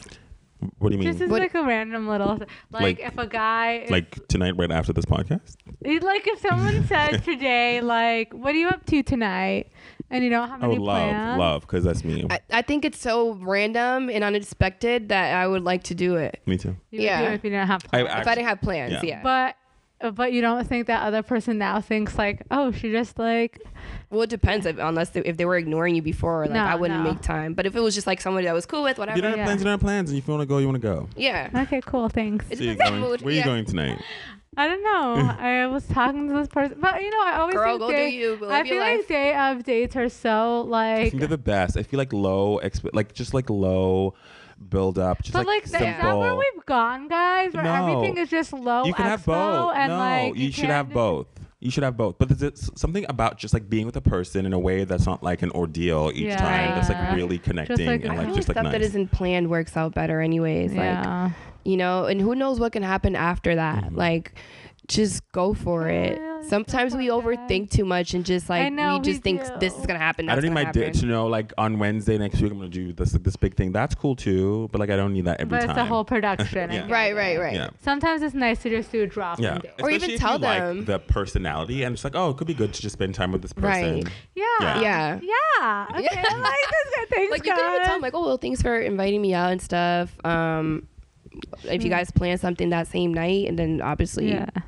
Speaker 1: What do you mean?
Speaker 2: This is
Speaker 3: What-
Speaker 2: like a random little like,
Speaker 1: Like-
Speaker 2: if a guy is-
Speaker 1: like tonight right after this podcast?
Speaker 2: It- Like if someone said today, like, "What are you up to tonight?" and you don't have
Speaker 1: I
Speaker 2: any
Speaker 1: would Oh, love,
Speaker 2: plans,
Speaker 1: love, because that's me.
Speaker 3: I, I think it's so random and unexpected that i would like to do it
Speaker 1: me too.
Speaker 2: you would
Speaker 3: Yeah.
Speaker 2: do it if you didn't have
Speaker 1: I-
Speaker 2: plans.
Speaker 3: if i didn't have plans
Speaker 1: Yeah.
Speaker 3: yeah,
Speaker 2: but but you don't think that other person now thinks like, "Oh, she just like
Speaker 3: well it depends if, unless they, if they were ignoring you before like
Speaker 2: No,
Speaker 3: i wouldn't
Speaker 2: no.
Speaker 3: make time but if it was just like somebody that I was cool with
Speaker 1: You
Speaker 3: whatever
Speaker 1: don't have
Speaker 2: yeah.
Speaker 1: plans, you don't have plans, and if you want to go, you want to go.
Speaker 3: yeah
Speaker 2: okay, cool, thanks."
Speaker 3: It
Speaker 1: So you're
Speaker 3: depends on
Speaker 1: going,
Speaker 3: the mood.
Speaker 1: where are you
Speaker 3: Yeah.
Speaker 1: going tonight?
Speaker 2: I don't know. I was talking to this person, but you know, I always
Speaker 3: Girl,
Speaker 2: think
Speaker 3: go do
Speaker 2: day,
Speaker 3: you. Live
Speaker 2: I
Speaker 3: your
Speaker 2: feel like
Speaker 3: life.
Speaker 2: day of dates are
Speaker 1: I
Speaker 2: so like
Speaker 1: think they're the best. I feel like low, exp- like just like low build up, just
Speaker 2: But like,
Speaker 1: simple.
Speaker 2: th- is that where we've gone, guys? Where
Speaker 1: No.
Speaker 2: everything is just low
Speaker 1: you can
Speaker 2: Oh, expo
Speaker 1: have both.
Speaker 2: and
Speaker 1: no,
Speaker 2: like
Speaker 1: you, should have
Speaker 2: can't-
Speaker 1: both. You should have both. But there's it's something about just like being with a person in a way that's not like an ordeal each
Speaker 2: Yeah.
Speaker 1: time. That's
Speaker 2: Right.
Speaker 1: like really connecting
Speaker 2: like-
Speaker 1: and
Speaker 3: I
Speaker 1: like
Speaker 3: feel like
Speaker 1: just like
Speaker 3: stuff
Speaker 1: nice.
Speaker 3: that isn't planned works out better anyways like
Speaker 2: Yeah.
Speaker 3: you know and who knows what can happen after that
Speaker 1: Mm-hmm.
Speaker 3: like just go for it
Speaker 2: Yeah, it's so
Speaker 3: sometimes we
Speaker 2: hard, guys.
Speaker 3: overthink too much and just
Speaker 2: I
Speaker 3: like
Speaker 2: know,
Speaker 3: we
Speaker 2: we
Speaker 3: just think
Speaker 2: do.
Speaker 3: this is gonna happen
Speaker 1: I don't
Speaker 3: that's
Speaker 1: need my
Speaker 3: gonna
Speaker 1: dick
Speaker 3: happen.
Speaker 1: to know like on Wednesday next week I'm gonna do this like this big thing. That's cool too, but like I don't need that every
Speaker 2: but
Speaker 1: time.
Speaker 2: it's the whole production. I
Speaker 1: Yeah.
Speaker 2: get
Speaker 3: right
Speaker 2: it.
Speaker 3: right right
Speaker 1: Yeah.
Speaker 2: Sometimes it's nice to just do a drop.
Speaker 1: Yeah.
Speaker 2: And date.
Speaker 3: Or even
Speaker 1: Especially if
Speaker 3: tell
Speaker 1: you
Speaker 3: them.
Speaker 1: like the personality and it's like, oh, it could be good to just spend time with this person.
Speaker 3: Right.
Speaker 2: Yeah.
Speaker 3: Yeah.
Speaker 2: Yeah. Okay. I like this guy. Thanks,
Speaker 3: like you
Speaker 2: guys.
Speaker 3: can even tell them like oh well thanks for inviting me out and stuff um if you guys plan something that same night and then obviously
Speaker 2: Mm. yeah.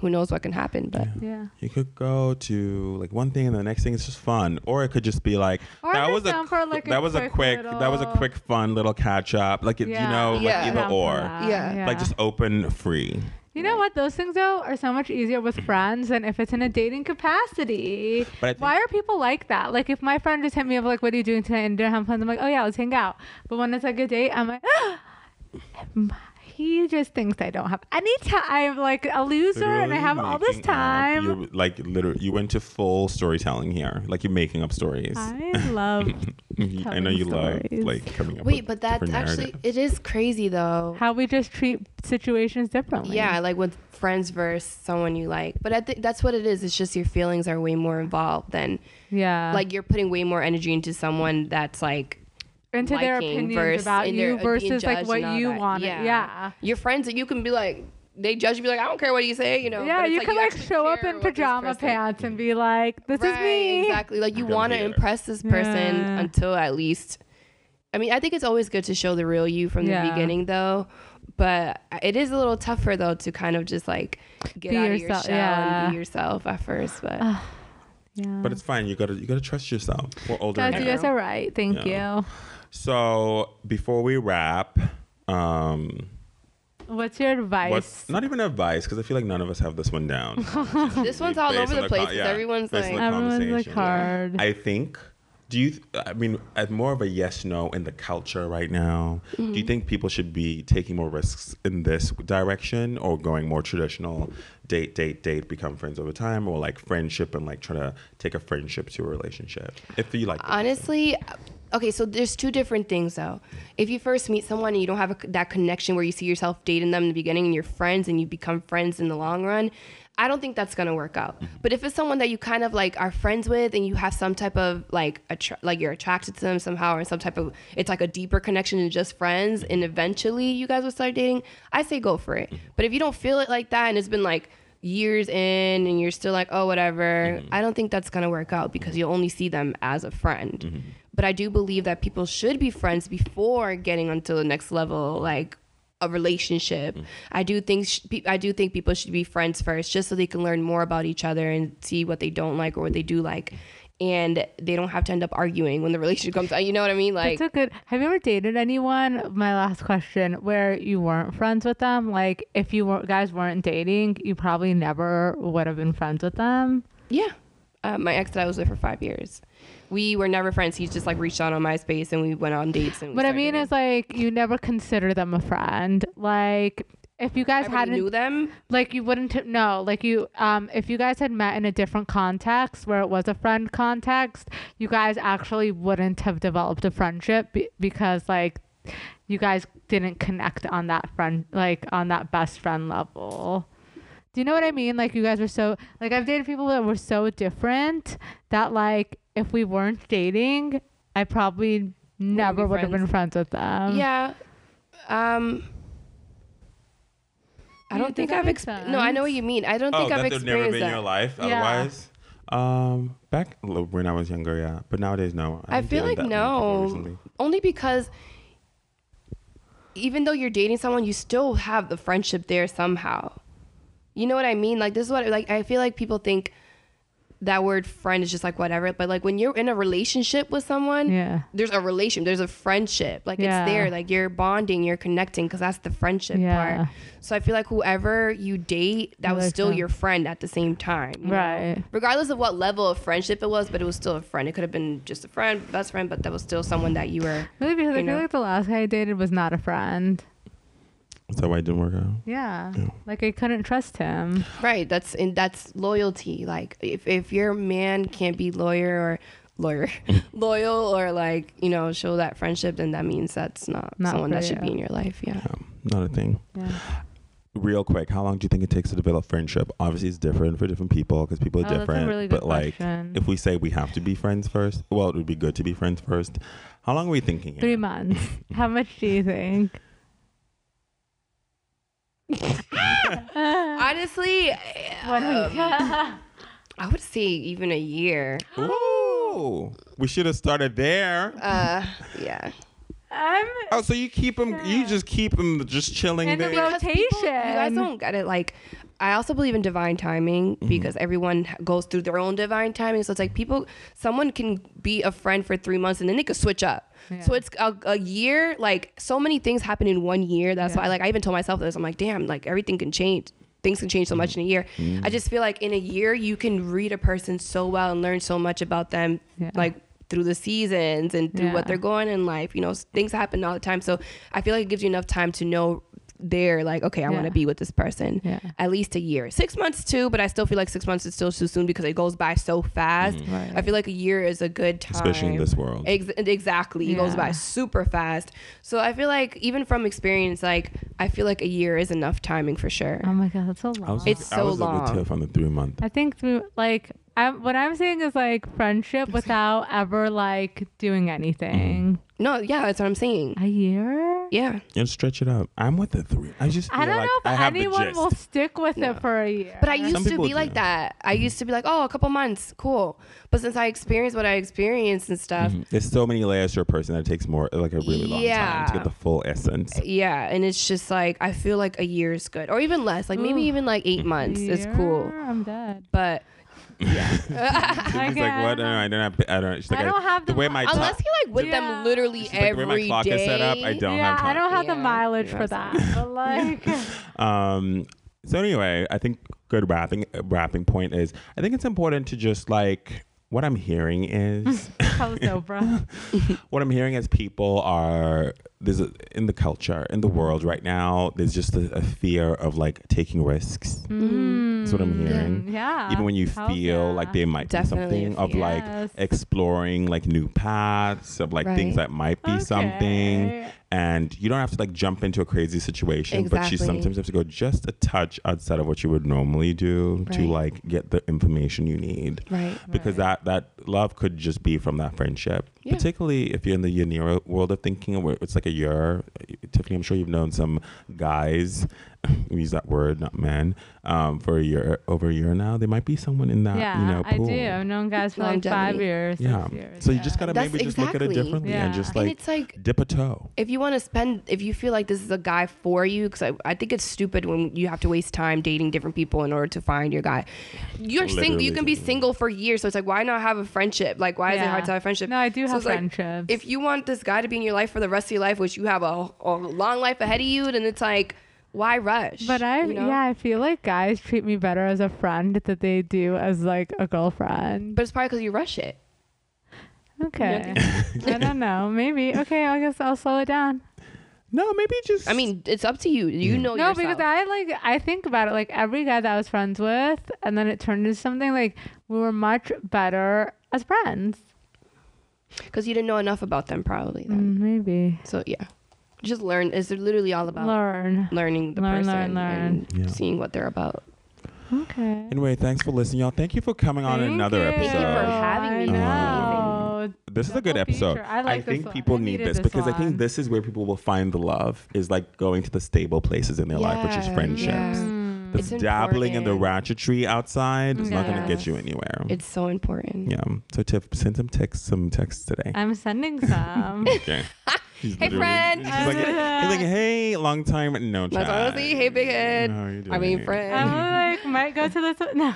Speaker 3: who knows what can happen but
Speaker 2: Yeah.
Speaker 1: You could go to like one thing and the next thing is just fun, or it could just be like
Speaker 2: Or
Speaker 1: that
Speaker 2: just
Speaker 1: was a
Speaker 2: down for, like, a
Speaker 1: that was a
Speaker 2: quick
Speaker 1: quick that was a
Speaker 2: little-
Speaker 1: quick fun little catch up. Like it, you know, like
Speaker 3: Yeah.
Speaker 1: either
Speaker 2: Down
Speaker 1: or,
Speaker 2: for that.
Speaker 3: Yeah.
Speaker 1: like just open free.
Speaker 2: You know what? Those things though are so much easier with friends than if it's in a dating capacity.
Speaker 1: Mm-hmm. But I think-
Speaker 2: Why are people like that? Like if my friend just hit me up like, "What are you doing tonight?" and dinner have plans, I'm like, "Oh yeah, let's hang out." But when it's like a date, I'm like, "He just thinks I don't have any time. I'm like a loser, and I
Speaker 1: Literally
Speaker 2: have all this
Speaker 1: making up.
Speaker 2: time."
Speaker 1: You're, like literally, you went to full storytelling here. Like you're making up stories. Mm-hmm.
Speaker 2: I love
Speaker 1: I know
Speaker 2: telling
Speaker 1: you
Speaker 2: stories.
Speaker 1: love like coming up.
Speaker 3: Wait,
Speaker 1: with
Speaker 3: but that's
Speaker 1: different
Speaker 3: actually
Speaker 1: narrative.
Speaker 3: it is crazy though.
Speaker 2: how we just treat situations differently.
Speaker 3: Yeah, like with friends versus someone you like. But I think that's what it is. It's just your feelings are way more involved than
Speaker 2: yeah.
Speaker 3: like you're putting way more energy into someone that's like
Speaker 2: into their
Speaker 3: liking
Speaker 2: opinions
Speaker 3: versus-
Speaker 2: about
Speaker 3: and their-
Speaker 2: you
Speaker 3: being
Speaker 2: versus like
Speaker 3: judged
Speaker 2: what
Speaker 3: and all
Speaker 2: you
Speaker 3: that.
Speaker 2: want. Yeah. yeah.
Speaker 3: Your friends that you can be like they judge you be like, I don't care what you say, you know.
Speaker 2: Yeah,
Speaker 3: but it's
Speaker 2: you can like
Speaker 3: actually
Speaker 2: show up
Speaker 3: care
Speaker 2: in
Speaker 3: what this
Speaker 2: pajama
Speaker 3: person-
Speaker 2: pants and be like, "This
Speaker 3: right,
Speaker 2: is me."
Speaker 3: Exactly. Like you
Speaker 1: Don't
Speaker 3: want to
Speaker 1: care.
Speaker 3: impress this person
Speaker 2: Yeah.
Speaker 3: until at least I mean, I think it's always good to show the real you from
Speaker 2: Yeah.
Speaker 3: the beginning though. But it is a little tougher though to kind of just like get
Speaker 2: Be
Speaker 3: out of your
Speaker 2: yourself,
Speaker 3: shell
Speaker 2: yeah.
Speaker 3: and be yourself at first. But
Speaker 2: Yeah.
Speaker 1: But it's fine. You gotta you gotta trust yourself. We're older.
Speaker 2: Guys,
Speaker 1: now.
Speaker 2: you guys are right. Thank
Speaker 1: Yeah. So before we wrap, um,
Speaker 2: you. What's your advice?
Speaker 1: what's not even advice because I feel like none of us have this one down.
Speaker 3: This one's all
Speaker 1: Based
Speaker 3: over
Speaker 1: on
Speaker 3: the
Speaker 1: co-
Speaker 3: place. 'cause
Speaker 1: yeah,
Speaker 3: Everyone's
Speaker 1: based on
Speaker 3: like,
Speaker 1: the
Speaker 2: Everyone's
Speaker 1: conversation.
Speaker 2: like hard.
Speaker 1: I think. Do you? Th- I mean, at more of a yes no in the culture right now. Do you
Speaker 3: Mm-hmm.
Speaker 1: think people should be taking more risks in this direction or going more traditional, date, date, date, become friends over time, or like friendship and like trying to take a friendship to a relationship? If you like, the person.
Speaker 3: honestly, okay. So there's two different things though. If you first meet someone and you don't have a, that connection where you see yourself dating them in the beginning and you're friends and you become friends in the long run, I don't think that's gonna work out.
Speaker 1: Mm-hmm.
Speaker 3: But if it's someone that you kind of like are friends with and you have some type of like attra- like you're attracted to them somehow or some type of it's like a deeper connection than just friends
Speaker 1: Mm-hmm.
Speaker 3: and eventually you guys will start dating, I say go for it. But if you don't feel it like that and it's been like years in and you're still like, oh, whatever, I don't think that's going to work out because you'll only see them as a friend. But I do believe that people should be friends before getting onto the next level, like a relationship. I do think sh- pe- I do think people should be friends first, just so they can learn more about each other and see what they don't like or what they do like, and they don't have to end up arguing when the relationship comes. You know what I mean? Like,
Speaker 2: That's a good. Have you ever dated anyone? My last question: Where you weren't friends with them? Like, if you were, guys weren't dating, you probably never would have been friends with them.
Speaker 3: Yeah. Uh, my ex that I was with for five years. We were never friends. He just like reached out on MySpace and we went on dates. And we
Speaker 2: What I
Speaker 3: started
Speaker 2: mean
Speaker 3: dating.
Speaker 2: is, like, you never consider them a friend. Like, if you guys
Speaker 3: I
Speaker 2: hadn't
Speaker 3: already knew them.
Speaker 2: like you wouldn't have- no like you um if you guys had met in a different context where it was a friend context you guys actually wouldn't have developed a friendship be- because like you guys didn't connect on that friend like on that best friend level do you know what i mean like you guys were so like i've dated people that were so different that like if we weren't dating i probably never would have
Speaker 3: friends.
Speaker 2: been friends with them
Speaker 3: yeah. Um. I
Speaker 2: Yeah,
Speaker 3: don't think
Speaker 2: does that
Speaker 3: I've
Speaker 2: make
Speaker 3: experienced. No, I know what you mean. I don't
Speaker 1: oh,
Speaker 3: think I've
Speaker 1: that would never
Speaker 3: experienced
Speaker 1: be in
Speaker 3: that.
Speaker 1: your life
Speaker 2: Yeah.
Speaker 1: otherwise. Um, back l- when I was younger, yeah, but nowadays no.
Speaker 3: I
Speaker 1: haven't
Speaker 3: feel
Speaker 1: dated that
Speaker 3: like
Speaker 1: many people
Speaker 3: no,
Speaker 1: recently.
Speaker 3: only because even though you're dating someone, you still have the friendship there somehow. You know what I mean? Like this is what like I feel like people think that word friend is just like whatever, but like when you're in a relationship with someone,
Speaker 2: Yeah.
Speaker 3: there's a relation, there's a friendship. Like
Speaker 2: Yeah.
Speaker 3: it's there, like you're bonding, you're connecting because that's the friendship
Speaker 2: Yeah.
Speaker 3: part. So I feel like whoever you date, that was
Speaker 2: like
Speaker 3: still
Speaker 2: that.
Speaker 3: your friend at the same time. you know?
Speaker 2: Right.
Speaker 3: regardless of what level of friendship it was, but it was still a friend. It could have been just a friend, best friend, but that was still someone that you were.
Speaker 2: Really, because I
Speaker 3: You
Speaker 2: feel
Speaker 3: know?
Speaker 2: like the last guy I dated was not a friend.
Speaker 1: So why it didn't work out?
Speaker 2: Yeah.
Speaker 1: Yeah.
Speaker 2: Like I couldn't trust him.
Speaker 3: Right. That's and that's loyalty. Like if if your man can't be lawyer or lawyer loyal or like you know show that friendship, then that means that's not,
Speaker 2: Not
Speaker 3: someone
Speaker 2: for
Speaker 3: that should
Speaker 2: you.
Speaker 3: be in your life. Yeah.
Speaker 1: Um, not a thing.
Speaker 2: Yeah.
Speaker 1: Real quick, how long do you think it takes to develop friendship? Obviously, it's different for different people because people are
Speaker 2: Oh, that's a
Speaker 1: different.
Speaker 2: really good
Speaker 1: but like,
Speaker 2: question.
Speaker 1: if we say we have to be friends first, well, it would be good to be friends first. How long are we thinking? here?
Speaker 2: Three months. How much do you think?
Speaker 3: Honestly,
Speaker 2: One
Speaker 3: Um,
Speaker 2: week.
Speaker 3: I would say even a year.
Speaker 1: Ooh, we should have started there.
Speaker 3: Uh, yeah.
Speaker 2: I'm
Speaker 1: Oh, so you keep them? You just keep them just chilling
Speaker 2: in the
Speaker 1: there?
Speaker 2: rotation.
Speaker 3: You guys don't get it. Like, I also believe in divine timing because everyone h- goes through their own divine timing. So it's like people, someone can be a friend for three months and then they could switch up. So it's a, a year. Like, so many things happen in one year. That's
Speaker 2: Yeah.
Speaker 3: why, like, I even told myself this. I'm like, damn, like everything can change. things can change so much in a year. I just feel like in a year you can read a person so well and learn so much about them,
Speaker 2: Yeah.
Speaker 3: like through the seasons and through
Speaker 2: Mm-hmm. Yeah.
Speaker 3: what they're going in life. You know, s- things happen all the time. So I feel like it gives you enough time to know there, like, okay, I want
Speaker 2: Yeah.
Speaker 3: to be with this person
Speaker 2: Yeah.
Speaker 3: at least a year. Six months too, but I still feel like six months is still too soon because it goes by so fast.
Speaker 2: Right.
Speaker 3: I feel like a year is a good time.
Speaker 1: Especially in this world.
Speaker 3: Ex- exactly. It goes by
Speaker 2: Yeah.
Speaker 3: super fast. So I feel like even from experience, like I feel like a year is enough timing for sure.
Speaker 2: Oh my god, that's so long.
Speaker 1: I was,
Speaker 3: It's
Speaker 1: I
Speaker 3: so
Speaker 1: was a
Speaker 3: long.
Speaker 1: bit tough on the three month.
Speaker 2: I think through like I'm, what I'm saying is like friendship without ever like doing anything.
Speaker 3: no, yeah, that's what I'm saying.
Speaker 1: Mm-hmm.
Speaker 2: A year?
Speaker 3: Yeah.
Speaker 1: And stretch it out. I'm with the three. I just feel
Speaker 2: I don't
Speaker 1: like
Speaker 2: know if
Speaker 1: I have the
Speaker 2: anyone
Speaker 1: gist.
Speaker 2: will stick with
Speaker 3: No.
Speaker 2: it for a year.
Speaker 3: But I used to
Speaker 1: people
Speaker 3: be like
Speaker 1: do. Mm-hmm.
Speaker 3: that. I used to be like, oh, a couple months, cool. But since I experienced what I experienced and stuff,
Speaker 1: There's so many layers to a person that it takes more like a really long time to
Speaker 3: Yeah.
Speaker 1: get the full
Speaker 2: Uh,
Speaker 1: essence.
Speaker 3: yeah, and it's just like I feel like a year is good, or even less. Like maybe even like eight months is cool.
Speaker 2: Year? I'm dead.
Speaker 3: But
Speaker 1: She's
Speaker 2: I
Speaker 1: like,
Speaker 2: can't.
Speaker 1: what? No, I don't have. I don't. She's like,
Speaker 2: I don't have
Speaker 1: the
Speaker 2: the
Speaker 1: way
Speaker 2: mi-
Speaker 1: my time-
Speaker 3: unless you like with
Speaker 2: Yeah.
Speaker 3: them literally
Speaker 1: She's like, the way
Speaker 3: every day.
Speaker 1: my clock is set up, I don't
Speaker 2: yeah,
Speaker 1: have time.
Speaker 2: I don't have the
Speaker 3: Yeah.
Speaker 2: mileage
Speaker 3: Yeah,
Speaker 2: for that. But like,
Speaker 1: Um, so anyway, I think good wrapping uh, wrapping point is I think it's important to just like what I'm hearing is
Speaker 2: tell us Oprah.
Speaker 1: what I'm hearing is people are there's a, in the culture in the world right now there's just a, a fear of like taking risks.
Speaker 3: Mm-hmm.
Speaker 1: That's what I'm hearing.
Speaker 2: Mm. Yeah.
Speaker 1: Even when you
Speaker 2: Hell
Speaker 1: feel
Speaker 2: yeah.
Speaker 1: like there might
Speaker 3: Definitely
Speaker 1: be something
Speaker 3: a
Speaker 1: of
Speaker 3: fear.
Speaker 1: like
Speaker 2: Yes.
Speaker 1: exploring like new paths of like things
Speaker 3: Right.
Speaker 1: that might be something
Speaker 2: Okay.
Speaker 1: and you don't have to like jump into a crazy situation but you
Speaker 3: Exactly.
Speaker 1: sometimes have to go just a touch outside of what you would normally do to
Speaker 3: Right.
Speaker 1: like get the information you need
Speaker 3: Right.
Speaker 1: because that that love could just be from that friendship
Speaker 3: Yeah.
Speaker 1: particularly if you're in the Yanira world of thinking where it's like a year tiffany i'm sure you've known some guys we use that word not men um, for a year over a year now there might be someone in that
Speaker 2: yeah,
Speaker 1: you know
Speaker 2: I
Speaker 1: pool
Speaker 2: do. I've known guys for like five
Speaker 3: Longevity.
Speaker 2: years.
Speaker 1: yeah
Speaker 2: Six years,
Speaker 1: so you
Speaker 2: yeah.
Speaker 1: just gotta
Speaker 3: That's
Speaker 1: maybe just look at it
Speaker 3: exactly.
Speaker 1: differly and
Speaker 2: Yeah.
Speaker 1: just
Speaker 3: and
Speaker 1: like
Speaker 3: it's like
Speaker 1: dip a toe
Speaker 3: if you want to spend if you feel like this is a guy for you because I, I think it's stupid when you have to waste time dating different people in order to find your guy you're single you can
Speaker 1: Literally.
Speaker 3: be single for years so it's like why not have a friendship like why is it
Speaker 2: Yeah.
Speaker 3: hard to have a friendship
Speaker 2: No, I do
Speaker 3: So
Speaker 2: have
Speaker 3: it's like,
Speaker 2: friendships.
Speaker 3: if you want this guy to be in your life for the rest of your life which you have a, a long life ahead of you then it's like why rush
Speaker 2: But I,
Speaker 3: you know?
Speaker 2: yeah, I feel like guys treat me better as a friend that they do as like a girlfriend.
Speaker 3: but it's probably because you rush it
Speaker 2: Okay. I don't know. Maybe. Okay, I guess I'll slow it down.
Speaker 1: no maybe just
Speaker 3: i mean it's up to you you
Speaker 1: Mm.
Speaker 3: know
Speaker 2: No,
Speaker 3: yourself.
Speaker 2: because I like I think about it like every guy that I was friends with, and then it turned into something like we were much better as friends.
Speaker 3: because you didn't know enough about them probably then.
Speaker 2: Mm, maybe
Speaker 3: so yeah just learn it's literally all about
Speaker 2: learn.
Speaker 3: learning the
Speaker 2: Learn,
Speaker 3: person
Speaker 2: learn, learn.
Speaker 3: and
Speaker 1: Yeah.
Speaker 3: seeing what they're about.
Speaker 2: Okay.
Speaker 1: anyway thanks for listening y'all thank you for coming on
Speaker 2: Thank
Speaker 1: another
Speaker 2: you.
Speaker 1: episode
Speaker 3: Thank you for having me.
Speaker 2: I know.
Speaker 1: this is a good
Speaker 2: Double feature.
Speaker 1: episode.
Speaker 2: I like this
Speaker 1: think
Speaker 2: one.
Speaker 1: people
Speaker 2: I
Speaker 1: need
Speaker 2: needed
Speaker 1: this,
Speaker 2: this
Speaker 1: because I
Speaker 2: one.
Speaker 1: think this is where people will find the love is like going to the stable places in their life, which is
Speaker 3: Yeah,
Speaker 1: friendships.
Speaker 2: Mm.
Speaker 3: yeah.
Speaker 1: The
Speaker 3: It's
Speaker 1: dabbling in the ratchetry outside is not going to
Speaker 3: Yes.
Speaker 1: get you anywhere.
Speaker 3: It's so important.
Speaker 1: yeah. So Tiff, send some texts, some texts today.
Speaker 2: I'm sending some.
Speaker 1: okay. She's
Speaker 3: Um, Hey,
Speaker 1: literally-
Speaker 3: friend.
Speaker 1: She's like, he's like, hey, long time, no
Speaker 3: That's
Speaker 1: chat.
Speaker 3: honestly, hey, big head.
Speaker 1: How are you
Speaker 3: I mean,
Speaker 1: doing?
Speaker 2: I'm
Speaker 3: friend.
Speaker 2: like might go to this. No.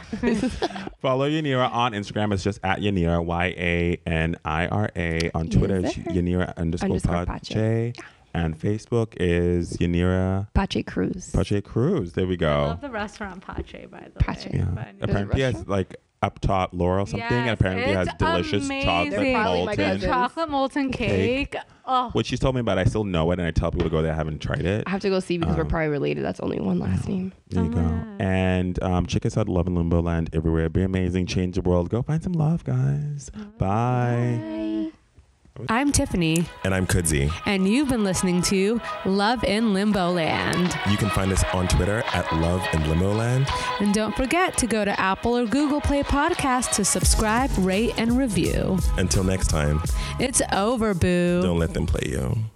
Speaker 1: Follow Yanira on Instagram. It's just at Yanira, Y A N I R A. On
Speaker 3: Yes,
Speaker 1: Twitter, it's
Speaker 3: sir.
Speaker 1: Yanira underscore
Speaker 3: Underscore
Speaker 1: Pache. And Facebook is Yanira
Speaker 3: Pache Cruz.
Speaker 1: Pache Cruz. There we
Speaker 2: I
Speaker 1: go.
Speaker 2: love the restaurant Pache by the
Speaker 3: Pache.
Speaker 2: way.
Speaker 1: Yeah.
Speaker 2: But anyway.
Speaker 1: Apparently,
Speaker 3: There's a
Speaker 1: has like up top Laurel something, and
Speaker 2: Yes,
Speaker 1: apparently it has
Speaker 2: it's
Speaker 1: delicious chocolate
Speaker 3: Probably
Speaker 2: amazing.
Speaker 3: my
Speaker 1: molten.
Speaker 2: The
Speaker 3: cousin.
Speaker 2: chocolate molten
Speaker 1: Cake.
Speaker 2: cake. Oh,
Speaker 1: Which she's told me about. I still know it, and I tell people to go there. I haven't tried it.
Speaker 3: I have to go see because
Speaker 1: Um,
Speaker 3: we're probably related. That's only one
Speaker 1: Uh-huh.
Speaker 3: last name.
Speaker 1: There you
Speaker 2: Oh
Speaker 1: go.
Speaker 2: my God.
Speaker 1: And um, check us out, Love and Limbo Land, everywhere. Be amazing, change the world. Go find some love, guys. Bye.
Speaker 4: I'm Tiffany,
Speaker 5: And I'm Kudzi.
Speaker 4: and you've been listening to Love in Limbo Land.
Speaker 5: You can find us on Twitter at Love and Limo Land.
Speaker 4: And don't forget to go to Apple or Google Play Podcast to subscribe, rate, and review.
Speaker 5: Until next time,
Speaker 4: It's over, boo.
Speaker 5: don't let them play you.